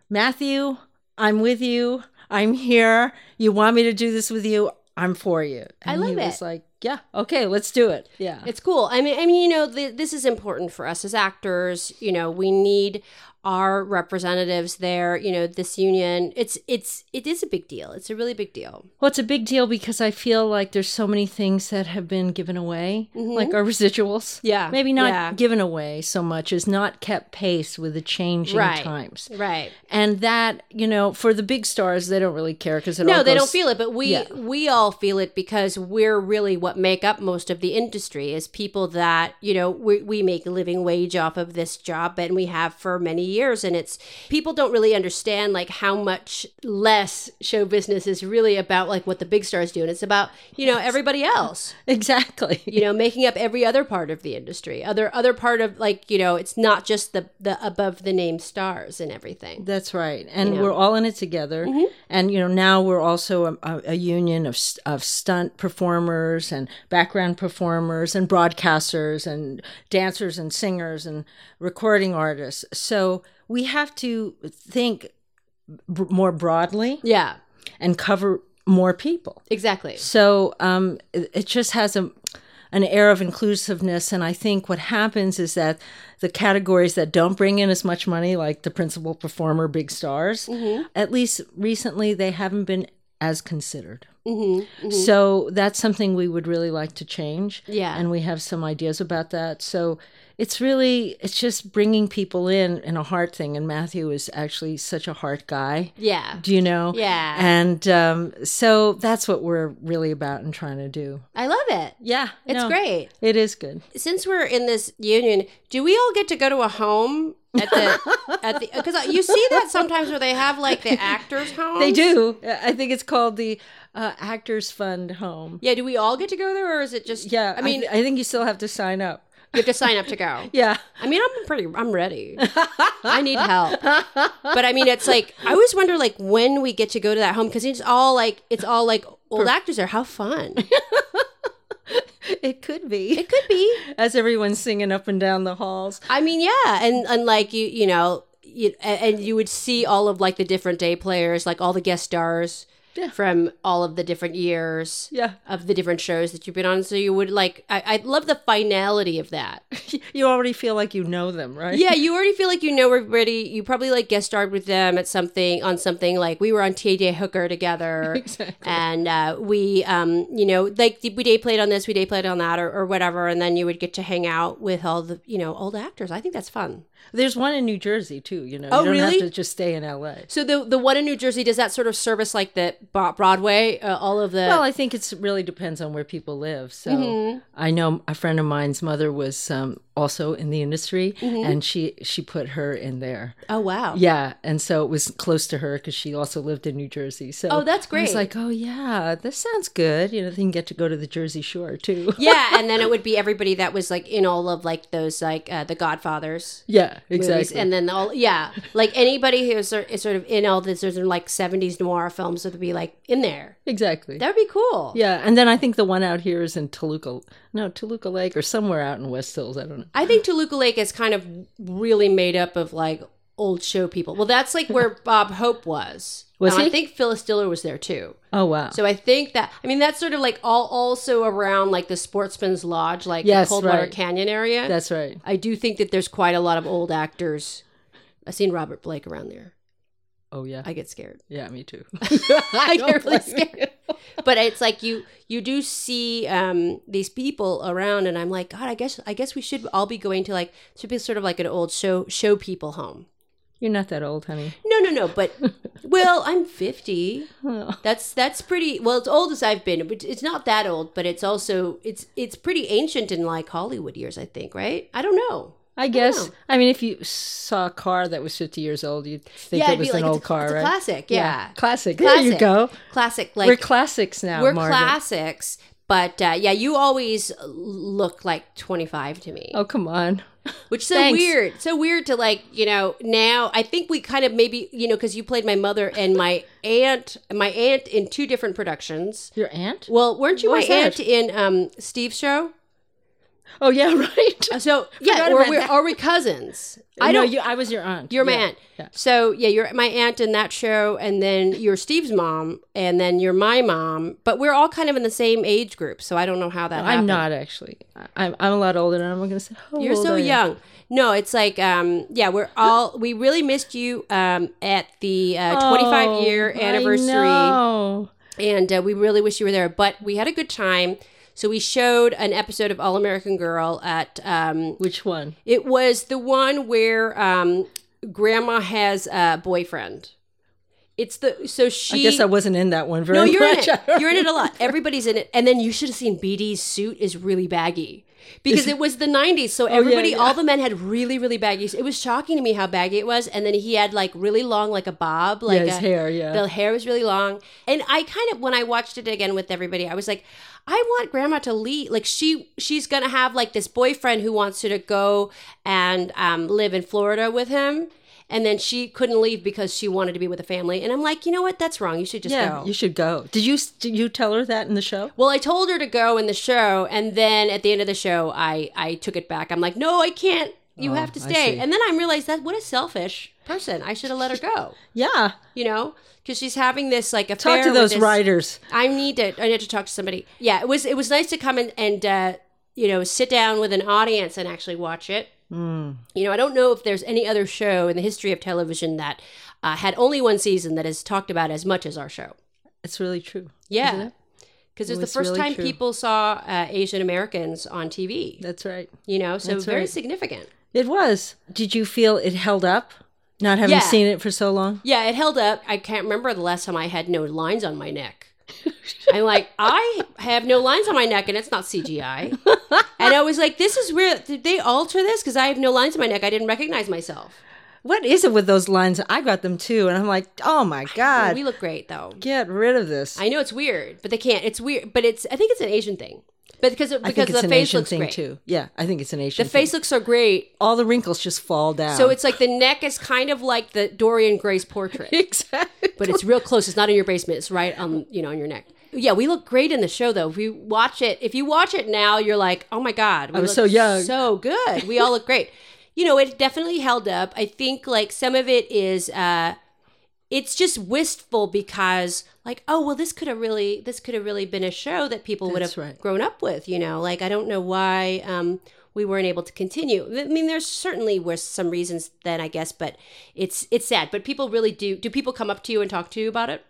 S2: Matthew, I'm with you. I'm here. You want me to do this with you? I'm for you.
S4: I
S2: And
S4: love
S2: he
S4: it.
S2: was like, yeah, okay, let's do it. Yeah.
S4: It's cool. I mean, I mean, you know, th- this is important for us as actors. You know, we need our representatives there, you know, this union. It's it's it is a big deal. It's a really big deal.
S2: Well, it's a big deal because I feel like there's so many things that have been given away, like our residuals.
S4: Mm-hmm. Yeah,
S2: Maybe not
S4: yeah.
S2: given away so much as not kept pace with the changing
S4: Right.
S2: times.
S4: Right.
S2: And that, you know, for the big stars, they don't really care because it
S4: No,
S2: all
S4: they
S2: goes-
S4: don't feel it, but we
S2: Yeah.
S4: we all feel it because we're really what make up most of the industry is people that you know we, we make a living wage off of this job and we have for many years, and it's people don't really understand like how much less show business is really about like what the big stars do, and it's about you know everybody else
S2: (laughs) Exactly.
S4: you know making up every other part of the industry other other part of like you know it's not just the the above the name stars and everything
S2: That's right, and we're all in it together. And you know, now we're also a, a, a union of s- of stunt performers and background performers and broadcasters and dancers and singers and recording artists. So we have to think b- more broadly
S4: yeah
S2: and cover more people.
S4: exactly
S2: So um, it, it just has a an air of inclusiveness, and I think what happens is that the categories that don't bring in as much money, like the principal performer, big stars, at least recently they haven't been as considered.
S4: Mm-hmm.
S2: So that's something we would really like to change.
S4: Yeah.
S2: and we have some ideas about that. So. It's really it's just bringing people in in a heart thing and Matthew is actually such a heart guy.
S4: yeah
S2: Do you know?
S4: Yeah.
S2: And um, so that's what we're really about and trying to do.
S4: i love it
S2: Yeah.
S4: It's
S2: no,
S4: great.
S2: It is good.
S4: Since we're in this union, do we all get to go to a home at
S2: (laughs)
S4: the at the because you see that sometimes where they have like the actors' home.
S2: They do. I think it's called the uh, Actors Fund Home.
S4: Yeah, do we all get to go there, or is it just?
S2: Yeah.
S4: I mean,
S2: I, think you still have to sign up.
S4: you have to sign up to go.
S2: (laughs) Yeah.
S4: I mean, I'm pretty. I'm
S2: (laughs)
S4: ready. I need help, but I mean, it's like I always wonder, like when we get to go to that home because it's all like it's all like old actors there. How fun
S2: It could be.
S4: it could be.
S2: As everyone's singing up and down the halls.
S4: I mean, yeah, and and like you, you know, you, a- and you would see all of like the different day players, like all the guest stars from all of the different years,
S2: Yeah.
S4: of the different shows that you've been on. So you would like, I, I love the finality of that.
S2: You already feel like you know them, (laughs) right? (laughs)
S4: yeah, you already feel like you know everybody. You probably like guest starred with them at something on something like we were on TJ
S2: (laughs)
S4: Hooker together, and uh, we, um, you know, like we day played on this, we day played on that, or, or whatever, and then you would get to hang out with all the you know old actors. I think that's fun.
S2: There's one in New Jersey, too. You know,
S4: Oh,
S2: you don't
S4: really?
S2: have to just stay in LA.
S4: So the the one in New Jersey does that sort of service like the Bo- Broadway, uh, all of the.
S2: Well, I think it's really depends on where people live. So
S4: Mm-hmm.
S2: I know a friend of mine's mother was um, also in the industry, and she she put her in there.
S4: Mm-hmm. oh wow!
S2: Yeah, and so it was close to her because she also lived in New Jersey. So
S4: Oh, that's
S2: I was
S4: great.
S2: like, oh yeah, this sounds good. You know, they can get to go to the Jersey Shore too.
S4: yeah, and then it would be everybody that was like in all of like those like uh, the Godfathers.
S2: (laughs) yeah, exactly.
S4: movies, and then all yeah, like anybody who is, sor- is sort of in all this, there's like '70s noir films would be like in there.
S2: exactly.
S4: That would be cool.
S2: yeah, and then I think the one out here is in Toluca, no Toluca Lake or somewhere out in West Hills. I don't know.
S4: I think Toluca Lake is kind of really made up of like old show people. Well, that's
S2: (laughs)
S4: like where Bob Hope was.
S2: Was
S4: and
S2: he?
S4: I think Phyllis Diller was there too.
S2: Oh wow.
S4: So I think that I mean that's sort of like all also around like the Sportsman's Lodge, like
S2: Yes,
S4: the Coldwater
S2: right.
S4: Canyon area.
S2: that's right.
S4: I do think that there's quite a lot of old actors. I've seen Robert Blake around there.
S2: Oh yeah.
S4: I get scared.
S2: yeah, me too. (laughs)
S4: (laughs) I get really
S2: blame you.
S4: scared. But it's like you you do see um, these people around, and I'm like, God, I guess I guess we should all be going to like should be sort of like an old show show people home.
S2: You're not that old, honey.
S4: No, no,
S2: (laughs)
S4: no. But well, I'm 50. That's that's pretty well. It's old as I've been, but it's not that old. But it's also it's it's pretty ancient in like Hollywood years, I think. Right? I don't know.
S2: I guess. I mean, if you saw a car that was 50 years old, you'd think
S4: Yeah,
S2: it
S4: it'd be
S2: was
S4: like,
S2: an
S4: it's a-
S2: old car,
S4: it's a
S2: right?
S4: classic, yeah.
S2: Classic. There you
S4: Classic.
S2: go.
S4: Classic. Like
S2: we're classics now.
S4: we're
S2: Margaret.
S4: classics. But uh, yeah, you always look like 25 to me,
S2: Oh, come on.
S4: which is so
S2: thanks.
S4: weird. So weird to like, you know, now I think we kind of maybe, you know, because you played my mother and my aunt, my aunt in two different productions.
S2: Your aunt?
S4: Well, weren't you
S2: What
S4: my
S2: was that?
S4: aunt in um, Steve's show?
S2: Oh yeah, (laughs) right.
S4: So yeah,
S2: Forgot
S4: or
S2: about
S4: we're,
S2: that.
S4: are we cousins? I
S2: (laughs) No,
S4: don't.
S2: You, I was your aunt.
S4: You're my
S2: Yeah,
S4: aunt.
S2: yeah.
S4: So yeah, you're my aunt in that show, and then you're Steve's mom, and then you're my mom. But we're all kind of in the same age group, so I don't know how that.
S2: I'm
S4: happened.
S2: not actually. I- I'm I'm a lot older, and I'm going to say how
S4: You're
S2: old
S4: so
S2: I am.
S4: young. No, it's like um yeah, we're all we really missed you um at the uh, 25 year
S2: Oh, I
S4: anniversary,
S2: know.
S4: and uh, we really wish you were there. But we had a good time. So we showed an episode of All American Girl at um
S2: Which one?
S4: it was the one where um grandma has a boyfriend. It's the so she
S2: I guess I wasn't in that one very
S4: no, you're in
S2: much. (laughs) I
S4: it.
S2: don't
S4: You're in it a lot. Everybody's in it. And then you should have seen BD's suit is really baggy because it was the 90s. So everybody,
S2: Oh, yeah.
S4: all the men had really, really baggy. It was shocking to me how baggy it was. And then he had like really long, like a bob, like
S2: his
S4: a-
S2: hair, yeah.
S4: The hair was really long. And I kind of, when I watched it again with everybody, I was like, I want grandma to leave. Like she, she's gonna have like this boyfriend who wants her to go and um, live in Florida with him. And then she couldn't leave because she wanted to be with a family. And I'm like, you know what? That's wrong. You should just
S2: yeah,
S4: go.
S2: you should go. Did you did you tell her that in the show?
S4: Well, I told her to go in the show, and then at the end of the show, I I took it back. I'm like, no, I can't. You have to
S2: Oh, I
S4: stay.
S2: see.
S4: And then I realized that what a selfish person. I should have let her go.
S2: Yeah.
S4: You know, because she's having this like affair.
S2: Talk to
S4: with
S2: those
S4: this-
S2: writers.
S4: I need to. I need to talk to somebody. Yeah, it was. It was nice to come in and uh, you know sit down with an audience and actually watch it.
S2: Hmm.
S4: You know, I don't know if there's any other show in the history of television that uh, had only one season that is talked about as much as our show.
S2: It's really true.
S4: Yeah. Because it was
S2: It
S4: the
S2: was
S4: first
S2: really
S4: time
S2: true.
S4: people saw uh, Asian Americans on TV,
S2: That's right.
S4: you know, so
S2: that's
S4: very
S2: right.
S4: significant.
S2: It was. Did you feel it held up? Not having
S4: Yeah.
S2: seen it for so long.
S4: Yeah, it held up. I can't remember the last time I had no lines on
S2: (laughs)
S4: my neck. I'm like, I have no lines on my neck, and it's not CGI. and I was like, this is weird. Did they alter this? Because I have no lines on my neck. I didn't recognize myself.
S2: What is it with those lines? I got them too, and I'm like, oh my god,
S4: we look great, though.
S2: (laughs) get rid of this.
S4: I know it's weird, but they can't. It's weird, but it's. I think it's an Asian thing, but because
S2: I
S4: because
S2: think it's
S4: the
S2: an
S4: face
S2: Asian
S4: looks
S2: thing
S4: great.
S2: too. Yeah, I think it's an Asian.
S4: The face
S2: thing.
S4: looks so great.
S2: all the wrinkles just fall down.
S4: So it's like the neck is kind of like the Dorian Gray's (laughs) portrait,
S2: (laughs) exactly.
S4: but it's real close. It's not in your basement. It's right on you know on your neck. Yeah, we look great in the show though. If you watch it, if you watch it now, you're like, oh my god, we
S2: I was
S4: look
S2: so young.
S4: so good. We all look great. You know, it definitely held up. I think like some of it is. uh it's just wistful because like oh well this could have really this could have really been a show that people would
S2: That's
S4: have
S2: right.
S4: grown up with you know like i don't know why um we weren't able to continue i mean there's certainly were some reasons then i guess but it's it's sad but people really do do people come up to you and talk to you about it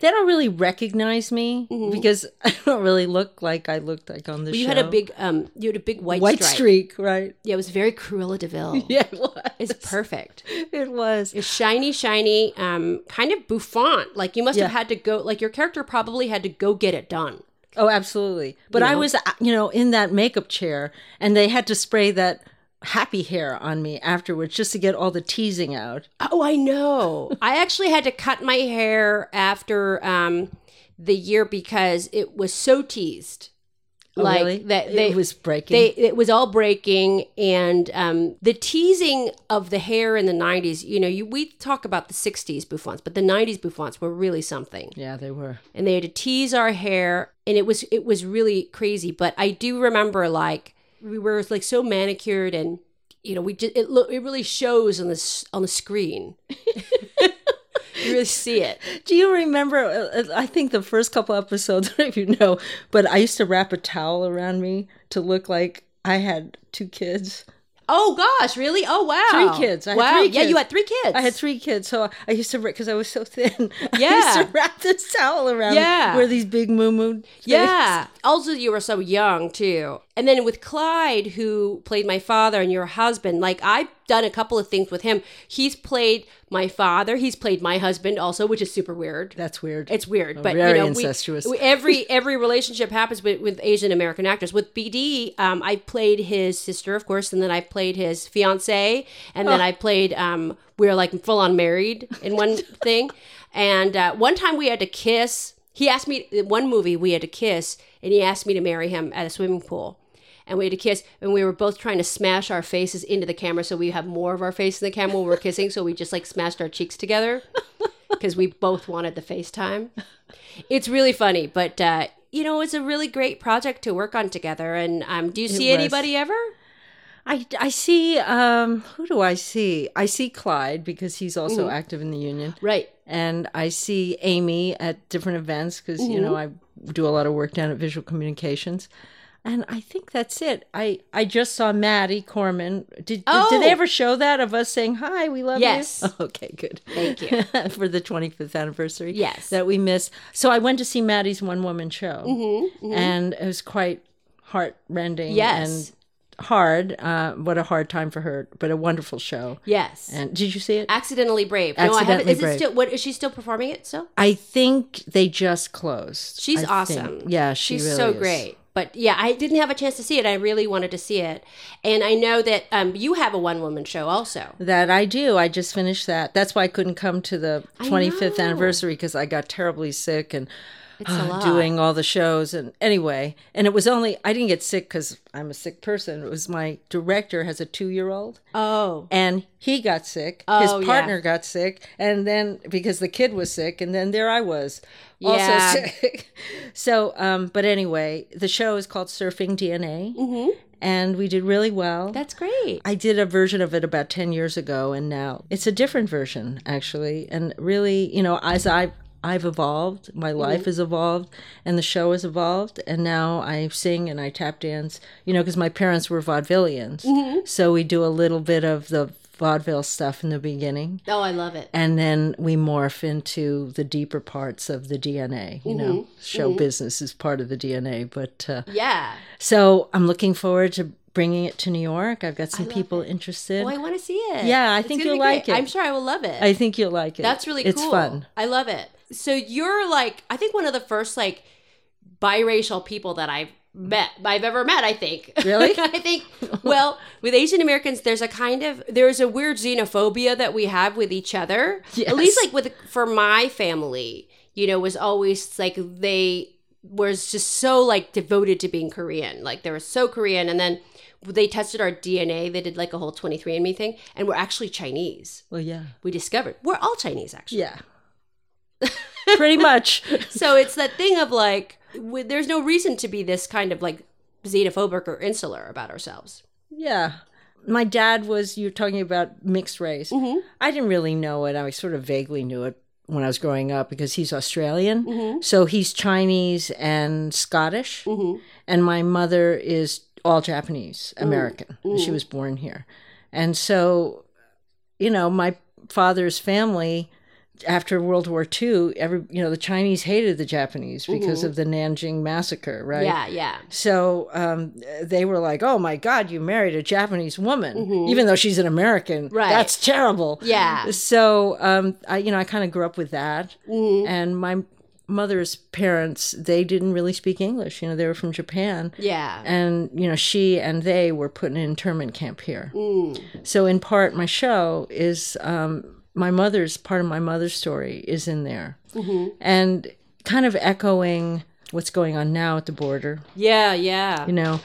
S2: they don't really recognize me because (laughs) I don't really look like I looked like on the
S4: Mm-hmm. Well, you
S2: show.
S4: had a big um you had a big white,
S2: white,
S4: stripe.
S2: streak, right? (laughs)
S4: yeah it was very cruella deville
S2: Yeah, it was.
S4: it's perfect
S2: It was.
S4: It's shiny, shiny, um, kind of bouffant. Like you must have
S2: Yeah.
S4: had to go. Like your character probably had to go get it done.
S2: Oh, absolutely. But I was, uh, you know, in that makeup chair, and they had to spray that happy hair on me afterwards just to get all the teasing out.
S4: Oh, I know. I actually had to cut my hair after um, the year because it was so teased.
S2: Oh,
S4: like
S2: really?
S4: that
S2: It
S4: they,
S2: was breaking.
S4: They it was all breaking, and um, the teasing of the hair in the '90s. You know, you we talk about the '60s bouffants, but the '90s bouffants were really something.
S2: Yeah, they were.
S4: and they had to tease our hair and it was it was really crazy but i do remember like we were like so manicured and you know we just it look it really shows on the s- on the
S2: (laughs)
S4: screen you really see it
S2: Do you remember? uh, uh, I think the first couple episodes, (laughs) I don't know if you know, but I used to wrap a towel around me to look like I had two kids.
S4: oh gosh really oh wow
S2: Three kids. I had
S4: wow
S2: three
S4: yeah you
S2: kids.
S4: had three kids
S2: I had three kids, so I used to because I was so (laughs) thin. I
S4: Yeah.
S2: used to wrap this towel around.
S4: Yeah.
S2: me, wear these big moo moo.
S4: yeah also you were so young too and then with clyde who played my father and your husband like i've done a couple of things with him he's played my father he's played my husband also which is super weird
S2: (laughs) that's weird.
S4: It's weird, but
S2: very
S4: you know,
S2: incestuous.
S4: We, we- every every relationship happens with, with Asian American actors. With BD, um, I played his sister, of course, and then I played his fiance, and
S2: Oh.
S4: then I played um, we were like full on married in
S2: (laughs)
S4: one thing. And uh, one time we had to kiss. He asked me in one movie we had to kiss, and he asked me to marry him at a swimming pool. And we had to kiss, and we were both trying to smash our faces into the camera so we have more of our face in the camera when we're kissing. So we just like smashed our cheeks together because we both wanted the FaceTime. It's really funny, but uh, you know, it's a really great project to work on together. And um, do you see
S2: was.
S4: anybody ever?
S2: I, I see, um, who do I see? I see Clyde because he's also active in the union.
S4: Right.
S2: And I see Amy at different events because, you know,
S4: Mm-hmm.
S2: I do a lot of work down at Visual Communications. And I think that's it. I, I just saw Maddie Corman. Did, did, did
S4: Oh.
S2: they ever show that of us saying, hi, we love
S4: Yes.
S2: you? (laughs) Okay, good.
S4: Thank you.
S2: (laughs) For the 25th anniversary.
S4: Yes.
S2: That we missed. So I went to see Maddie's one woman show.
S4: Mm-hmm,
S2: And it was quite heartrending.
S4: Yes.
S2: And hard. Uh, what a hard time for her, but a wonderful show.
S4: Yes.
S2: And did you see it?
S4: Accidentally brave. no, I haven't.
S2: Accidentally
S4: Is it
S2: Brave.
S4: still? What is she still performing it? So
S2: I think they just closed.
S4: she's
S2: I
S4: awesome.
S2: think. Yeah, she
S4: she's
S2: really
S4: so
S2: is.
S4: great. But yeah, I didn't have a chance to see it. I really wanted to see it, and I know that um, you have a one woman show also.
S2: That I do. I just finished that. That's why I couldn't come to the
S4: I
S2: 25th
S4: know.
S2: anniversary because I got terribly sick and uh,
S4: It's a lot.
S2: doing all the shows. And anyway, and it was only, I didn't get sick because I'm a sick person. It was my director has a two year old.
S4: Oh,
S2: and he got sick.
S4: Oh, yeah.
S2: His partner got sick, and then because the kid was sick, and then there I was, also
S4: Yeah.
S2: sick. (laughs) so, um, but anyway, the show is called Surfing DNA, and we did really well.
S4: Mm-hmm. that's great.
S2: I did a version of it about 10 years ago and now it's a different version actually and really you know as I've I've evolved my life has evolved and the show has evolved and now I sing and I tap dance you know because my parents were vaudevillians so we do a little bit of the vaudeville stuff in the beginning
S4: Oh, I love it.
S2: and then we morph into the deeper parts of the DNA you know show business is part of the DNA but uh,
S4: Yeah.
S2: so I'm looking forward to bringing it to New York. I've got some people interested.
S4: Oh, I want to see it.
S2: Yeah, I
S4: It's
S2: think
S4: gonna
S2: you'll
S4: be great.
S2: like it.
S4: I'm sure I will love it.
S2: I think you'll like it.
S4: That's really
S2: it's
S4: cool.
S2: fun.
S4: I love it. So you're like, I think one of the first like biracial people that I've met, I've ever met, I think.
S2: Really?
S4: (laughs) I think, well, with Asian Americans, there's a kind of, there's a weird xenophobia that we have with each other. At least like with, for my family, you know, was always like they was just so like devoted to being Korean. Like they were so Korean. And then they tested our DNA. They did like a whole 23andMe thing. And we're actually Chinese.
S2: Well, yeah,
S4: We discovered we're all Chinese actually. (laughs)
S2: yeah, pretty much.
S4: so it's that thing of like w there's no reason to be this kind of like xenophobic or insular about ourselves
S2: Yeah. My dad was, you're talking about mixed race. I didn't really know it. I sort of vaguely knew it when I was growing up because he's
S4: Mm-hmm.
S2: Australian. So he's Chinese and Scottish. And my mother is all Japanese American. She was born here. And so, you know, my father's family after World War II, every you know, the Chinese hated the Japanese because of the Nanjing massacre, right?
S4: yeah yeah
S2: So um, they were like, "Oh my God, you married a Japanese woman, even though she's an American.
S4: Mm-hmm. Right.
S2: That's terrible."
S4: Yeah.
S2: So um, I, you know, I kind of grew up with that,
S4: Mm-hmm.
S2: and my mother's parents they didn't really speak English. You know, they were from Japan.
S4: yeah
S2: And you know, she and they were put in an internment camp here. So in part, my show is um, my mother's part of my mother's story is in there, and kind of echoing what's going on now at the border
S4: yeah yeah
S2: you know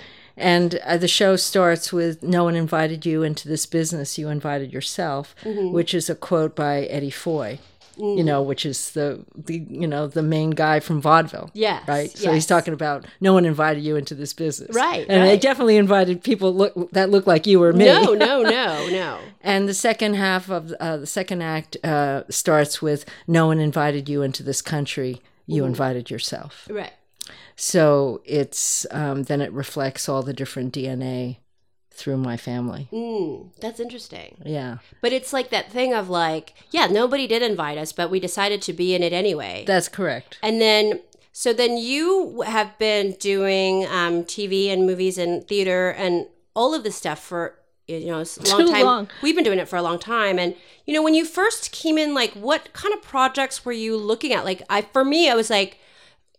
S2: and uh, the show starts with no one invited you into this business you invited yourself
S4: Mm-hmm.
S2: which is a quote by eddie foy you know which is the, the you know the main guy from vaudeville
S4: Yes,
S2: right so
S4: yes.
S2: he's talking about no one invited you into this business
S4: Right,
S2: and they
S4: right.
S2: definitely invited people look that look like you or me
S4: no no no no
S2: (laughs) and the second half of uh, the second act uh, starts with no one invited you into this country you
S4: Mm-hmm.
S2: invited yourself
S4: right
S2: so it's um, then it reflects all the different DNA through my family.
S4: mm, that's interesting
S2: Yeah,
S4: but it's like that thing of like yeah nobody did invite us but we decided to be in it anyway
S2: that's correct.
S4: and then so then you have been doing um, tv and movies and theater and all of this stuff for you
S2: (laughs)
S4: know s- long
S2: Too
S4: time
S2: long.
S4: we've been doing it for a long time and you know when you first came in like what kind of projects were you looking at like i for me i was like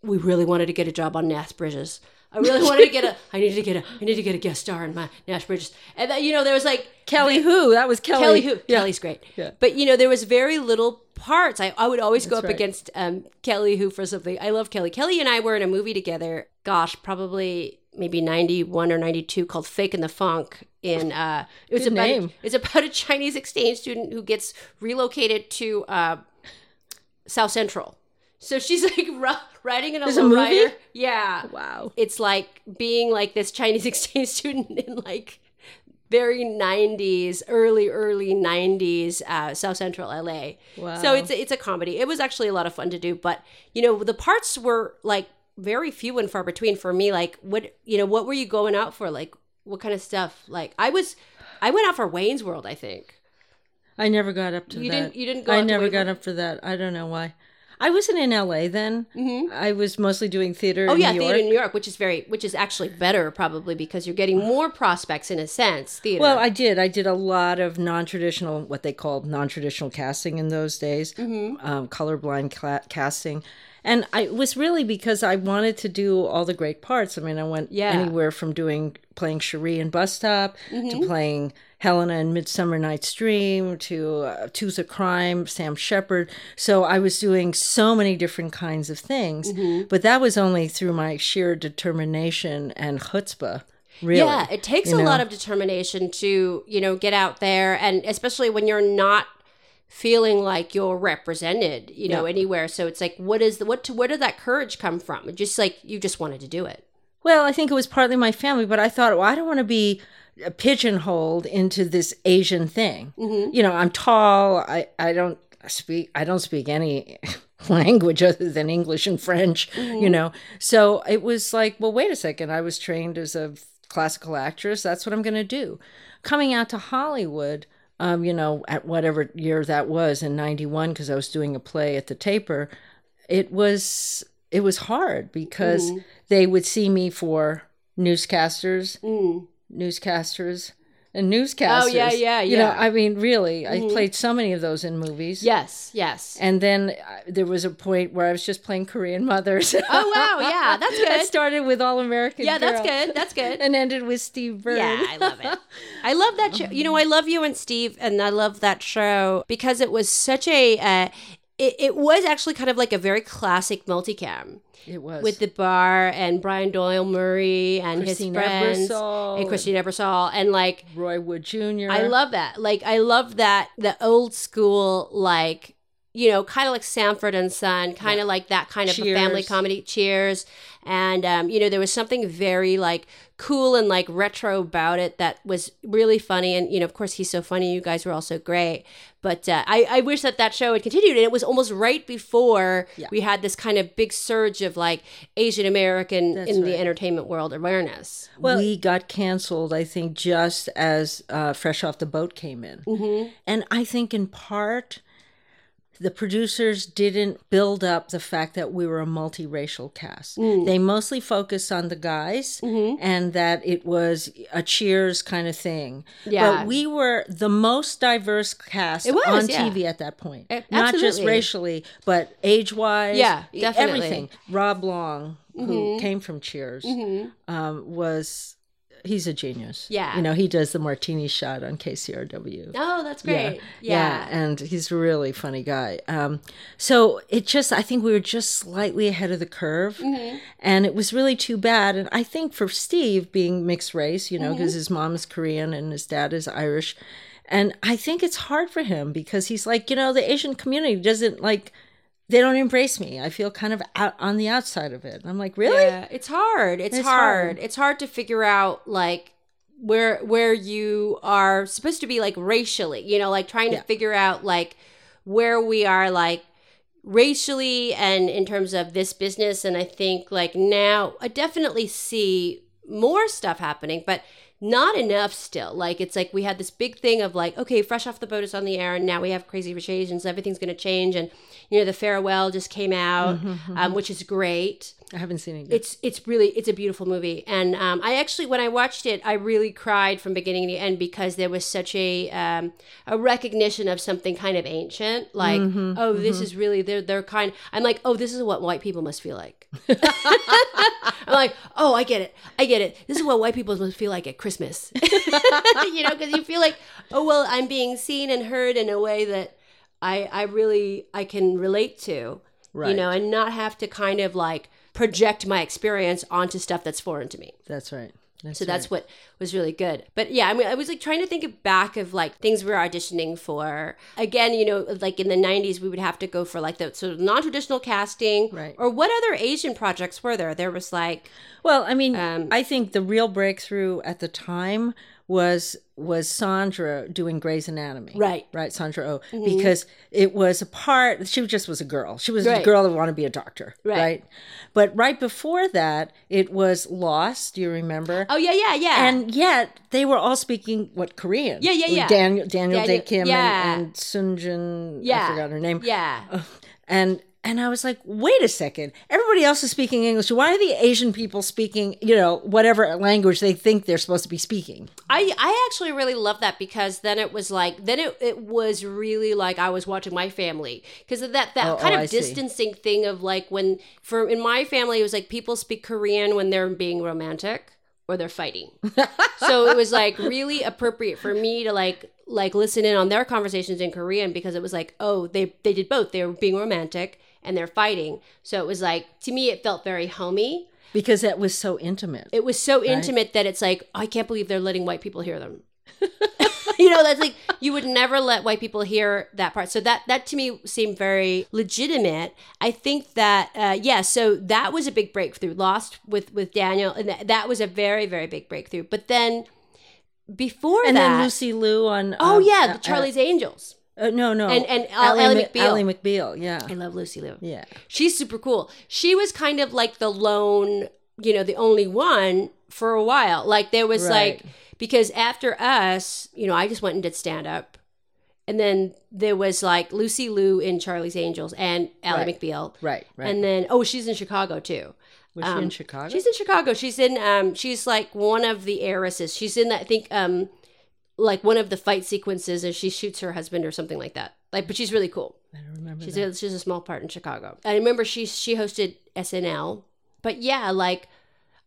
S4: we really wanted to get a job on Nash Bridges. I really wanted to get a. I needed to get a. I need to get a guest star in my Nash Bridges. And that, you know, there was like
S2: Kelly Who? That was Kelly.
S4: Kelly who
S2: Yeah.
S4: Kelly's great.
S2: Yeah.
S4: But you know, there was very little parts. I, I would always go up
S2: That's right.
S4: against um, Kelly who for something. I love Kelly. Kelly and I were in a movie together, gosh, probably maybe 91 or 92 called Fake in the Funk in uh it was
S2: Good
S4: about
S2: name.
S4: it's about a Chinese exchange student who gets relocated to uh South Central. So she's (laughs) like ru- riding in a
S2: There's a
S4: low
S2: movie? Oh,
S4: rider. Yeah.
S2: Wow.
S4: It's like being like this Chinese (laughs) exchange student in like very 90s, early early 90s uh, South Central LA.
S1: Wow.
S4: So it's a, it's a comedy. It was actually a lot of fun to do, but you know, the parts were like very few and far between for me. Like what, you know, what were you going out for? Like what kind of stuff? Like I was I went out for Wayne's World, I think.
S2: I never got up to
S4: You
S2: that.
S4: didn't- you didn't go out
S2: I
S4: to
S2: never got
S4: Waverly?
S2: up for that. I don't know why. I wasn't in L.A. then. Mm-hmm. I was mostly doing theater.
S4: Oh
S2: in
S4: yeah,
S2: New
S4: theater
S2: York.
S4: in New York, which is very, which is actually better probably because you're getting more prospects in a sense. Theater.
S2: Well, I did. I did a lot of non-traditional, what they called non-traditional casting in those days,
S4: Mm-hmm.
S2: um, colorblind cla casting, and I it was really because I wanted to do all the great parts. I mean, I went
S4: Yeah.
S2: anywhere from doing playing Cherie in Bus Stop
S4: Mm-hmm.
S2: to playing Helena in Midsummer Night's Dream to uh, Two's a Crime, Sam Shepard. So I was doing so many different kinds of things,
S4: Mm-hmm.
S2: but that was only through my sheer determination and chutzpah. Really,
S4: yeah, it takes a
S2: you know?
S4: lot of determination to you know get out there, and especially when you're not feeling like you're represented, you know, anywhere. So it's like, what is the what? To, where did that courage come from? It Just like you just wanted to do it.
S2: Well, I think it was partly my family, but I thought, well, I don't want to be pigeonholed into this Asian thing. You know, I'm tall. I, I don't speak. I don't speak any (laughs) language other than English and French. You know, so it was like, well, wait a second. I was trained as a classical actress. That's what I'm going to do. Coming out to Hollywood. Um, you know, at whatever year that was in '91, because I was doing a play at the Taper, it was it was hard because they would see me for newscasters,
S4: Mm.
S2: newscasters, and newscasters.
S4: Oh, yeah, yeah,
S2: You know,
S4: yeah. Mm-hmm.
S2: I mean, really, I played so many of those in movies.
S4: Yes, yes.
S2: And then uh, there was a point where I was just playing Korean mothers.
S4: oh
S2: (laughs)
S4: wow, yeah, that's
S2: that
S4: good.
S2: started with All American.
S4: yeah, that's
S2: Girl
S4: good. That's
S2: (laughs)
S4: good.
S2: And ended with Steve Byrne.
S4: Yeah, I love it. I love that show. You know, I love you and Steve, and I love that show because it was such a. Uh, it, it was actually kind of like a very classic multicam
S2: (laughs) it was
S4: with the bar and Brian Doyle Murray and
S2: Christine
S4: his friends
S2: Ebersole
S4: and Christine Ebersole and like
S2: Roy Wood Jr.
S4: I love that. Like I love that the old school like you know kind of like Sanford and Son, kind of like that kind of a family
S2: Cheers.
S4: comedy. Cheers, and um, you know there was something very like cool and like retro about it that was really funny. And you know of course he's so funny. You guys were all so great. But uh, I, I wish that that show had continued. And it was almost right before we had this kind of big surge of like Asian American
S2: That's
S4: in the
S2: right.
S4: entertainment world awareness.
S2: we got canceled, I think, just as uh, Fresh Off the Boat came in. And I think in part, the producers didn't build up the fact that we were a multiracial cast.
S4: Mm.
S2: They mostly focused on the guys
S4: Mm-hmm.
S2: and that it was a cheers kind of thing.
S4: Yeah.
S2: But we were the most diverse cast
S4: It was,
S2: on
S4: yeah.
S2: TV at that point.
S4: A-
S2: Not just
S4: absolutely.
S2: racially, but age wise.
S4: Yeah, definitely. Mm-hmm.
S2: Everything. Rob Long, who came from Cheers, um, was he's a genius.
S4: Yeah.
S2: you know he does the martini shot on KCRW.
S4: Oh, that's
S2: Yeah.
S4: great.
S2: yeah,
S4: yeah.
S2: and he's a really funny guy. Um, so it just, I think we were just slightly ahead of the curve,
S4: Mm-hmm.
S2: and it was really too bad. And I think for Steve being mixed race, you know, because
S4: Mm-hmm.
S2: his mom is Korean and his dad is Irish, and I think it's hard for him because he's like, you know, the Asian community doesn't like, they don't embrace me. I feel kind of out on the outside of it. And I'm like, really?
S4: Yeah, it's hard. It's,
S2: It's
S4: hard.
S2: hard.
S4: It's hard to figure out like where where you are supposed to be like racially, you know, like trying
S2: Yeah.
S4: to figure out like where we are like racially and in terms of this business and I think like now I definitely see more stuff happening, but not enough still. Like it's like we had this big thing of like, okay, fresh off the boat is on the air, and now we have Crazy Rich Asians. Everything's going to change, and you know the farewell just came out, um, which is great.
S2: Mm-hmm, I haven't seen it yet.
S4: It's it's really it's a beautiful movie, and um, I actually when I watched it, I really cried from beginning to end because there was such a um, a recognition of something kind of ancient, like oh this is really they're they're kind. I'm like oh this is what white people must feel like. (laughs) I'm like oh I get it I get it. This is what white people must feel like at Christmas, (laughs) you know, because you feel like oh well I'm being seen and heard in a way that I I really I can relate to you
S2: Right.
S4: know, and not have to kind of like project my experience onto stuff that's foreign to me.
S2: That's right.
S4: so that's what was really good. But yeah, I mean, I was like trying to think of back of like things we were auditioning for. Again, you know, like in the '90s, we would have to go for like the sort of non-traditional casting,
S2: Right.
S4: Or what other Asian projects were there? There was like
S2: Well, I mean,
S4: Um,
S2: I think the real breakthrough at the time was was Sandra doing Grey's Anatomy,
S4: Right. Mm-hmm.
S2: Right, Sandra Oh, because it was a part. She just was a girl. She was
S4: Right.
S2: a girl that wanted to be a doctor,
S4: Right.
S2: right. But right before that, it was Lost. Do you remember?
S4: oh yeah, yeah, yeah,
S2: And yet they were all speaking what Korean?
S4: Yeah, yeah,
S2: With
S4: yeah.
S2: Daniel Daniel Day
S4: Daniel-
S2: Kim
S4: yeah.
S2: and, and Sunjin.
S4: yeah,
S2: I forgot her name
S4: Yeah,
S2: and and I was like, wait a second. Everybody else is speaking English. Why are the Asian people speaking, you know, whatever language they think they're supposed to be speaking?
S4: I I actually really love that because then it was like then it, it was really like I was watching my family because of that that
S2: Oh,
S4: kind
S2: oh,
S4: of
S2: I see.
S4: distancing thing of like when for in my family it was like people speak Korean when they're being romantic or they're
S2: (laughs)
S4: fighting. so it was like really appropriate for me to like like listen in on their conversations in Korean because it was like oh they they did both they were being romantic and they're fighting. So it was like to me it felt very homey.
S2: Because that was so intimate.
S4: It was so intimate that it's like I can't believe they're letting white people hear them. (laughs) you know, that's like you would never let white people hear that part. So that that to me seemed very legitimate. I think that uh, yeah, so that was a big breakthrough. Lost with with Daniel, and that, that was a very very big breakthrough. But then before
S2: and
S4: that,
S2: then Lucy Liu on
S4: oh
S2: um,
S4: yeah,
S2: uh,
S4: the Charlie's Angels.
S2: uh, uh, no no
S4: and- and Al-
S2: Ally
S4: Ally
S2: Mc-
S4: McBeal.
S2: Ally McBeal yeah
S4: I love Lucy Liu.
S2: yeah
S4: She's super cool. She was kind of like the lone, you know, the only one for a while. Like there was
S2: Right.
S4: like because after us, you know, I just went and did stand up. And then there was like Lucy Liu in Charlie's Angels and Ally
S2: Right.
S4: McBeal.
S2: right right.
S4: And then oh, she's in Chicago too.
S2: was she
S4: um,
S2: in Chicago?
S4: She's in Chicago. She's in um she's like one of the heiresses. She's in I think um like one of the fight sequences as she shoots her husband or something like that. Like but she's really cool.
S2: I don't remember.
S4: She's
S2: that.
S4: a, she's a small part in Chicago. I remember she she hosted SNL, but yeah, like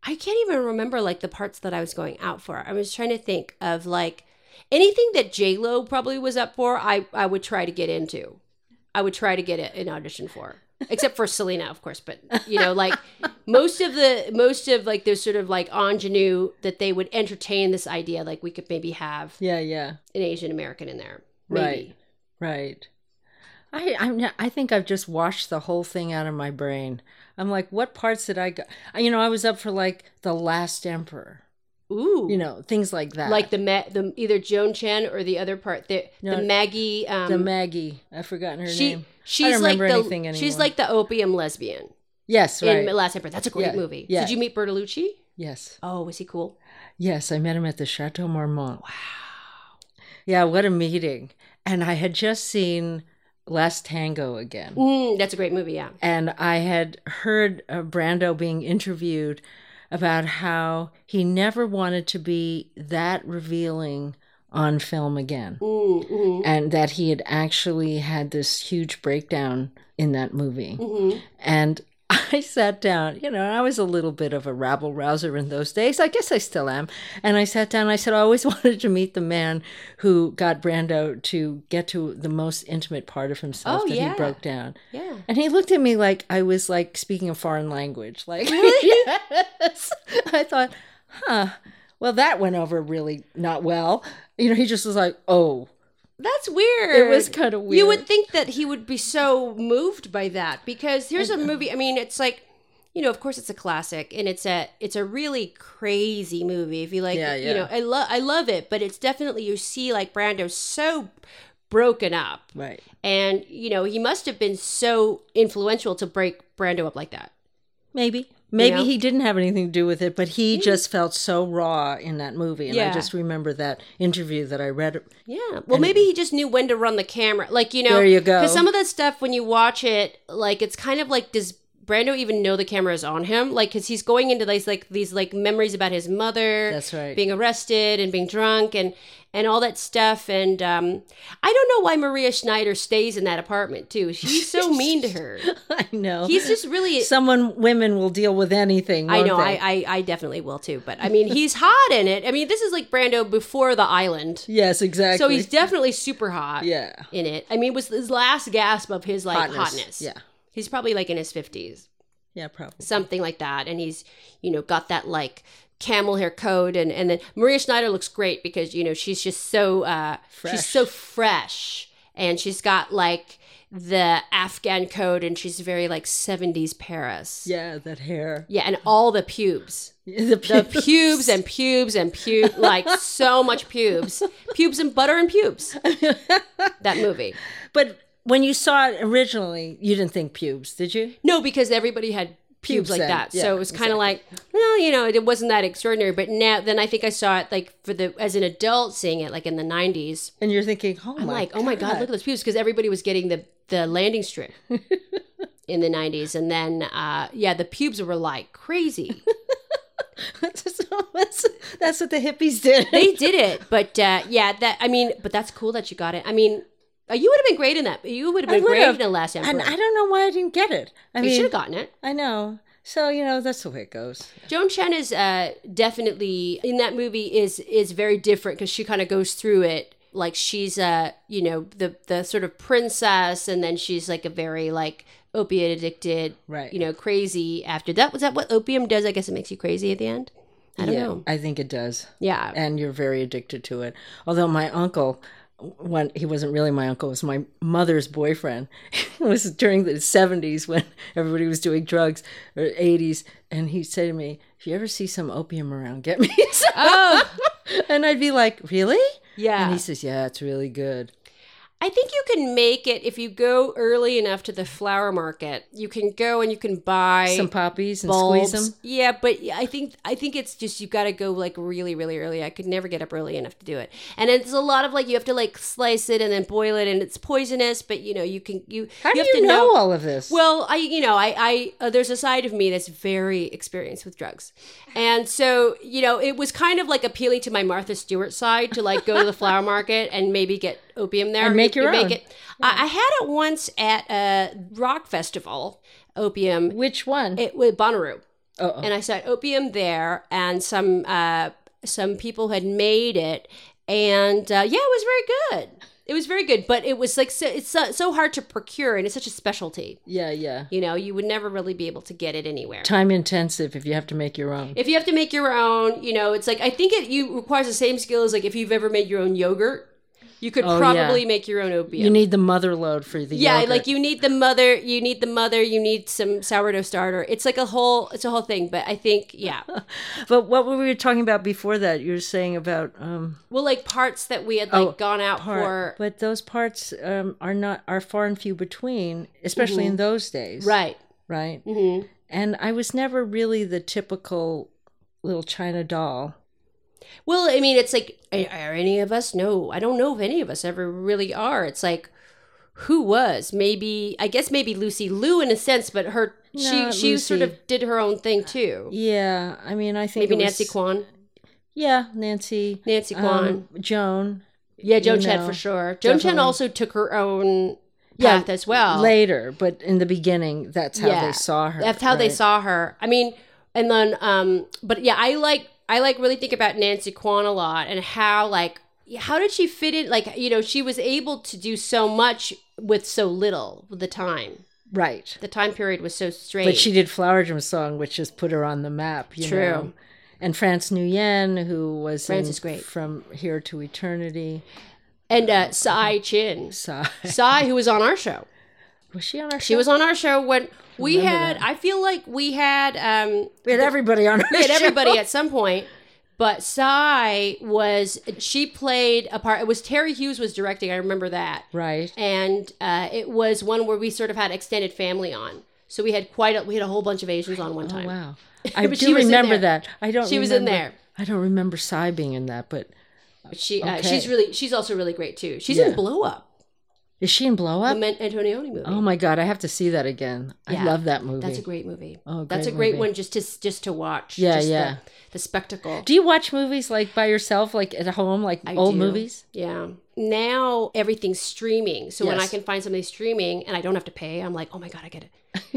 S4: I can't even remember like the parts that I was going out for. I was trying to think of like anything that J Lo probably was up for. I I would try to get into. I would try to get it an audition for, except for Selena, of course. But you know, like most of the most of like those sort of like ingenue that they would entertain this idea, like we could maybe have
S2: yeah yeah
S4: an Asian American in there, maybe.
S2: Right. Right. I I'm not, I think I've just washed the whole thing out of my brain. I'm like, what parts did I go? You know, I was up for like the Last Emperor.
S4: Ooh,
S2: You know, things like that.
S4: like the Ma- the either Joan Chen or the other part the
S2: No,
S4: the Maggie um
S2: the Maggie. I've forgotten her
S4: she
S2: name.
S4: she's
S2: I don't
S4: like
S2: remember
S4: the
S2: anything anymore.
S4: she's like the opium lesbian
S2: yes, right.
S4: in Last Emperor. That's a great
S2: Yeah,
S4: movie.
S2: yeah.
S4: Did you meet Bertolucci?
S2: yes,
S4: Oh, was he cool?
S2: yes. I met him at the Chateau Marmont. Wow. Yeah, what a meeting! And I had just seen Last Tango again.
S4: Mm, that's a great movie. Yeah.
S2: and I had heard uh, Brando being interviewed about how he never wanted to be that revealing on film again,
S4: Mm, mhm,
S2: and that he had actually had this huge breakdown in that movie.
S4: mhm.
S2: And (laughs) I sat down, you know, I was a little bit of a rabble rouser in those days. I guess I still am. And I sat down, I said, I always (laughs) wanted to meet the man who got Brando to get to the most intimate part of himself
S4: Oh,
S2: that
S4: yeah.
S2: he broke down.
S4: Yeah.
S2: And he looked at me like I was like speaking a foreign language. Like, (laughs) yes. I thought, huh. Well, that went over really not well. You know, he just was like, oh,
S4: That's weird.
S2: It was kinda
S4: You
S2: weird.
S4: would think that he would be so moved by that because here's a movie. I mean, it's like, you know, of course it's a classic and it's a it's a really crazy movie. If you like,
S2: Yeah,
S4: you know,
S2: yeah.
S4: I love I love it, but it's definitely you see like Brando's so broken up,
S2: right.
S4: and you know he must have been so influential to break Brando up like that.
S2: Maybe. Maybe
S4: know?
S2: he didn't have anything to do with it, but he just felt so raw in that movie. And
S4: Yeah.
S2: I just remember that interview that I read. (laughs)
S4: Yeah. Well, maybe he just knew when to run the camera. Like, you know,
S2: There you go.
S4: Because some of that stuff, when you watch it, like, it's kind of like, does Brando even know the camera is on him? Like, because he's going into these, like, these, like, memories about his mother.
S2: That's right.
S4: Being arrested and being drunk and, and all that stuff. And um, I don't know why Maria Schneider stays in that apartment, too.
S2: (laughs)
S4: She's so mean to her.
S2: I know. (laughs)
S4: He's just really.
S2: Someone, women will deal with anything.
S4: I
S2: won't
S4: know,
S2: they?
S4: I, I, I definitely will too. But I mean, he's hot in it. I mean, this is like Brando before the island.
S2: Yes, (laughs) exactly.
S4: So he's definitely super hot.
S2: Yeah.
S4: In it. I mean, it was his last gasp of his like hotness.
S2: Yeah.
S4: He's probably like in his fifties.
S1: Yeah, probably.
S4: something like that. And he's, you know, got that like camel hair coat. And, and then Maria Schneider looks great because, you know, she's just so, uh, she's
S2: Fresh.
S4: so fresh. And she's got like the Afghan coat and she's very like 70s Paris.
S2: Yeah, that hair.
S4: Yeah. And all the pubes.
S2: (laughs) The,
S4: The pubes and pubes and pubes, like so
S2: (laughs)
S4: much pubes, pubes and butter and pubes. That movie.
S2: But when you saw it originally, you didn't think pubes, did you?
S4: No, because everybody had
S2: Pubes
S4: pubes like
S2: then,
S4: that,
S2: yeah,
S4: so it was kind of like, well, you know, it wasn't that extraordinary. But now, then I think I saw it like for the as an adult seeing it like in the '90s.
S2: And you're thinking, oh
S4: I'm
S2: my,
S4: like, oh my god, look at those pubes, because everybody was getting the the
S2: (laughs)
S4: landing strip in the '90s, and then uh yeah, the pubes were like crazy.
S2: that's, (laughs) that's what the hippies did.
S4: they
S2: (laughs)
S4: did it, but uh yeah, that I mean, but that's cool that you got it. I mean, uh, you would have been great in that. You would have
S2: I
S4: been
S2: would
S4: great
S2: have.
S4: in the last emperor.
S2: and I don't know why I didn't get it. I
S4: you
S2: mean,
S4: should have gotten it.
S2: I know. So you know, that's the way it goes.
S4: Joan Chen is uh, definitely in that movie is is very different because she kind of goes through it like she's uh you know the the sort of princess and then she's like a very like opiate addicted
S2: Right.
S4: you know crazy after that was that what opium does I guess it makes you crazy at the end I don't
S2: yeah,
S4: know Uh,
S2: I think it does.
S4: yeah
S2: and you're very addicted to it. Although my uncle, when he wasn't really my uncle, it was my mother's boyfriend. (laughs) it was during the '70s when everybody was doing drugs, or '80s, and he said to me, "If you ever see some opium around, get me (laughs) some."
S4: oh
S2: (laughs) And I'd be like, "Really?"
S4: yeah
S2: And he says, "Yeah, it's really good."
S4: I think you can make it if you go early enough to the flower market you can go and you can buy
S2: Some poppies and squeeze
S4: bulbs.
S2: them.
S4: Yeah, but I think I think it's just you got to go like really really early. I could never get up early enough to do it. And it's a lot of like you have to like slice it and then boil it and it's poisonous, but you know, you can you
S2: How do
S4: have
S2: you
S4: to
S2: know, all of this?
S4: well, I you know I I uh, there's a side of me that's very experienced with drugs, and so you know it was kind of like appealing to my Martha Stewart side to like go to the flower market and maybe get opium there
S2: And make your
S4: You
S2: own.
S4: it. I, I had it once at a rock festival, opium.
S2: which one?
S4: It was Bonnaroo,
S2: oh, oh.
S4: and I saw opium there, and some uh, some people had made it, and uh, yeah, it was very good. It was very good, but it was like so, it's so, so hard to procure, and it's such a specialty.
S2: yeah, yeah.
S4: You know, you would never really be able to get it anywhere.
S2: Time intensive if you have to make your own.
S4: If you have to make your own, you know, it's like I think it you requires the same skill as like if you've ever made your own yogurt, you could
S2: Oh,
S4: probably
S2: yeah.
S4: make your own opium.
S2: You need the mother load for the
S4: yeah,
S2: yogurt.
S4: like you need the mother, you need the mother, you need some sourdough starter. It's like a whole, it's a whole thing. But I think, yeah,
S2: But what were we talking about before that? You were saying about um,
S4: well, like parts that we had like
S2: Oh,
S4: gone out
S2: part,
S4: for,
S2: but those parts um, are not are far and few between, especially in those days,
S4: right?
S2: Right.
S4: Mm-hmm.
S2: And I was never really the typical little China doll.
S4: Well, I mean, it's like, are are any of us? No, I don't know if any of us ever really are. It's like, who was? Maybe I guess maybe Lucy Liu in a sense, but her she
S2: Not
S4: she sort
S2: Lucy. Uh,
S4: of did her own thing too.
S2: Yeah, I mean, I think
S4: Maybe
S2: it was-
S4: Nancy Kwan,
S2: Yeah, Nancy.
S4: Nancy Kwan,
S2: um, Joan.
S4: yeah, Joan
S2: you
S4: Chen
S2: know,
S4: for sure. Joan Chen
S2: definitely.
S4: also took her own
S2: Yeah,
S4: path as well.
S2: Later, but in the beginning, that's how
S4: Oh. Yeah.
S2: they saw her.
S4: That's how they
S2: right?
S4: saw her. I mean, and then um but yeah, I like I like really think about Nancy Kwan a lot and how like how did she fit in like you know, she was able to do so much with so little with the time.
S2: Right.
S4: The time period was so strange.
S2: But she did Flower Drum Song, which just put her on the map. You
S4: True.
S2: Know? And France Nguyen, who was
S4: France
S2: in
S4: is great.
S2: from Here to Eternity.
S4: and uh Sai Chin.
S2: Sigh.
S4: Sai who was on our show.
S2: Was she on our show?
S4: She (laughs) was on our show when we
S2: Remember
S4: had
S2: that.
S4: I feel like we had um
S2: We had everybody on our
S4: we had
S2: show. (laughs)
S4: everybody at some point. But Sai was she played a part. It was Terry Hughes was directing. I remember that.
S2: Right.
S4: and uh, it was one where we sort of had extended family on. So we had quite a, we had a whole bunch of Asians on one time.
S2: Oh,
S4: (laughs)
S2: wow. I
S4: But
S2: do
S4: she was in
S2: remember
S4: there.
S2: that. I don't
S4: She was in
S2: remember-
S4: there.
S2: I don't remember Psy being in that, but
S4: But She uh,
S2: Okay.
S4: she's really she's also really great too. She's in
S2: Yeah.
S4: Blow Up,
S2: is she in Blow
S4: the
S2: Up?
S4: Man- Antonioni movie.
S2: Oh my god, I have to see that again.
S4: Yeah.
S2: I love that movie.
S4: That's a great movie.
S2: Oh,
S4: That's a
S2: great
S4: great
S2: movie.
S4: one just to just to watch.
S2: Yeah,
S4: Just the-
S2: yeah.
S4: The, spectacle.
S2: Do you watch movies like by yourself, like at home, like
S4: I
S2: old
S4: do.
S2: movies?
S4: Yeah. Now everything's streaming. So when I
S2: Yes.
S4: can find something streaming and I don't have to pay, I'm like, oh my god, I get it.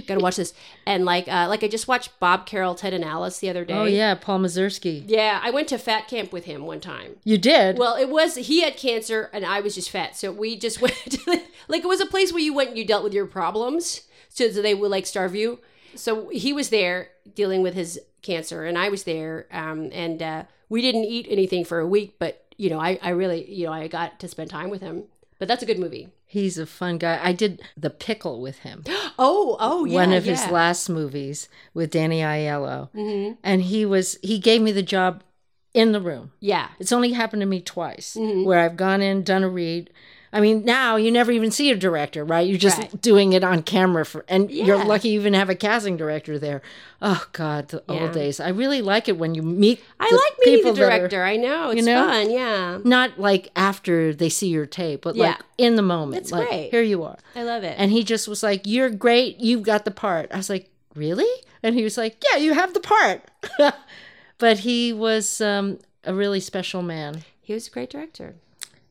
S4: Gotta
S2: (laughs)
S4: watch this. And like uh, like I just watched Bob Carroll, Ted and Alice the other day.
S2: Oh yeah, Paul Mazursky.
S4: Yeah, I went to fat camp with him one time.
S2: You did.
S4: Well, it was he had cancer and I was just (laughs) fat, so we just went to the, like it was a place where you went and you dealt with your problems, so that they would like starve you. so he was there dealing with his cancer and i was there um, and uh, we didn't eat anything for a week but you know I, I really you know i got to spend time with him but that's a good movie
S2: He's a fun guy. I did The Pickle with him.
S4: (gasps) oh oh yeah
S2: one of
S4: yeah.
S2: his last movies with Danny Aiello.
S4: Mhm.
S2: And he was he gave me the job in the room.
S4: yeah
S2: It's only happened to me twice
S4: Mm-hmm.
S2: where I've gone in, done a read. I mean, now you never even see a director, right? You're just
S4: Right.
S2: doing it on camera for and you're
S4: Yeah.
S2: lucky you even have a casting director there. Oh god, the
S4: Yeah.
S2: old days. I really like it when you meet
S4: i
S2: the
S4: like meeting
S2: people
S4: the
S2: that are-
S4: director i know
S2: you
S4: it's
S2: know?
S4: fun yeah
S2: not like after they see your tape, but
S4: Yeah.
S2: like in the moment.
S4: That's
S2: like
S4: great.
S2: here you are.
S4: i love it
S2: And he just was like, You're great. You've got the part. I was like, Really? And he was like, Yeah, you have the part. (laughs) but he was um, a really special man.
S4: he was a great director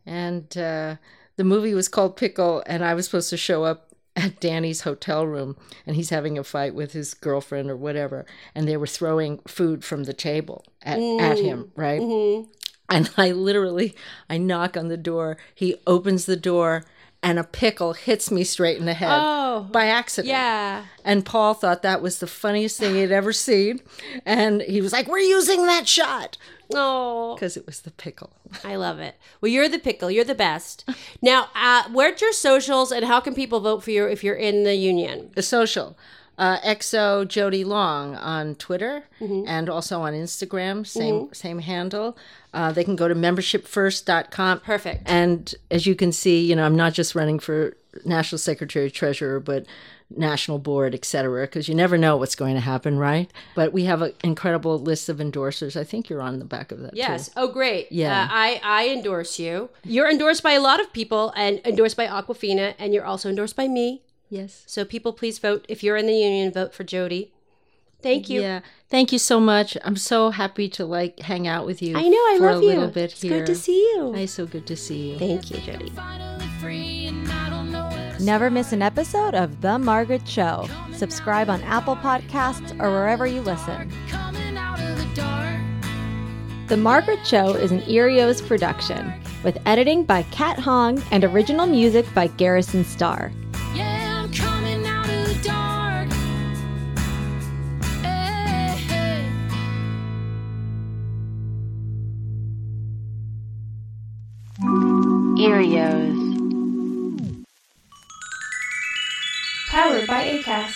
S2: And uh, the movie was called Pickle. And I was supposed to show up at Danny's hotel room. And he's having a fight with his girlfriend or whatever. And they were throwing food from the table at, at him,
S4: Mm-hmm.
S2: right? And I literally, I knock on the door. He opens the door. And a pickle hits me straight in the head
S4: Oh.
S2: by accident.
S4: yeah
S2: And Paul thought that was the funniest thing he'd ever seen. And he was like, We're using that shot
S4: oh
S2: because it was the pickle.
S4: i love it well you're the pickle you're the best now uh, where's your socials and how can people vote for you if you're in the union
S2: The social. Uh, XO Jody Long on Twitter
S4: Mm-hmm.
S2: and also on Instagram, same same handle. Uh, they can go to membershipfirst.com.
S4: Perfect.
S2: And as you can see, you know, I'm not just running for national secretary treasurer, but national board, et cetera, because you never know what's going to happen, right? But we have an incredible list of endorsers. I think you're on the back of that. too.
S4: Yes. Oh, great.
S2: Yeah.
S4: Uh, I, I endorse you. You're endorsed by a lot of people and endorsed by Aquafina, and you're also endorsed by me.
S2: Yes.
S4: So people, please vote. If you're in the union, vote for Jody. Thank you.
S2: Yeah. Thank you so much. I'm so happy to like hang out with you.
S4: I know. I
S2: for
S4: love
S2: a
S4: you.
S2: little bit
S4: it's
S2: here.
S4: good to see you.
S2: It's so good to see you.
S4: Thank you, Jody.
S3: Finally free, and I don't know where to
S6: Never miss an episode of The Margaret Show. Subscribe on Apple Podcasts or wherever you listen.
S3: Coming out of the dark.
S6: The Margaret Show is an Erios production, with editing by Kat Hong and original music by Garrison Starr.
S3: Yeah, I'm coming out of the dark. Hey, hey.
S7: Erios.
S8: Powered by ACAST.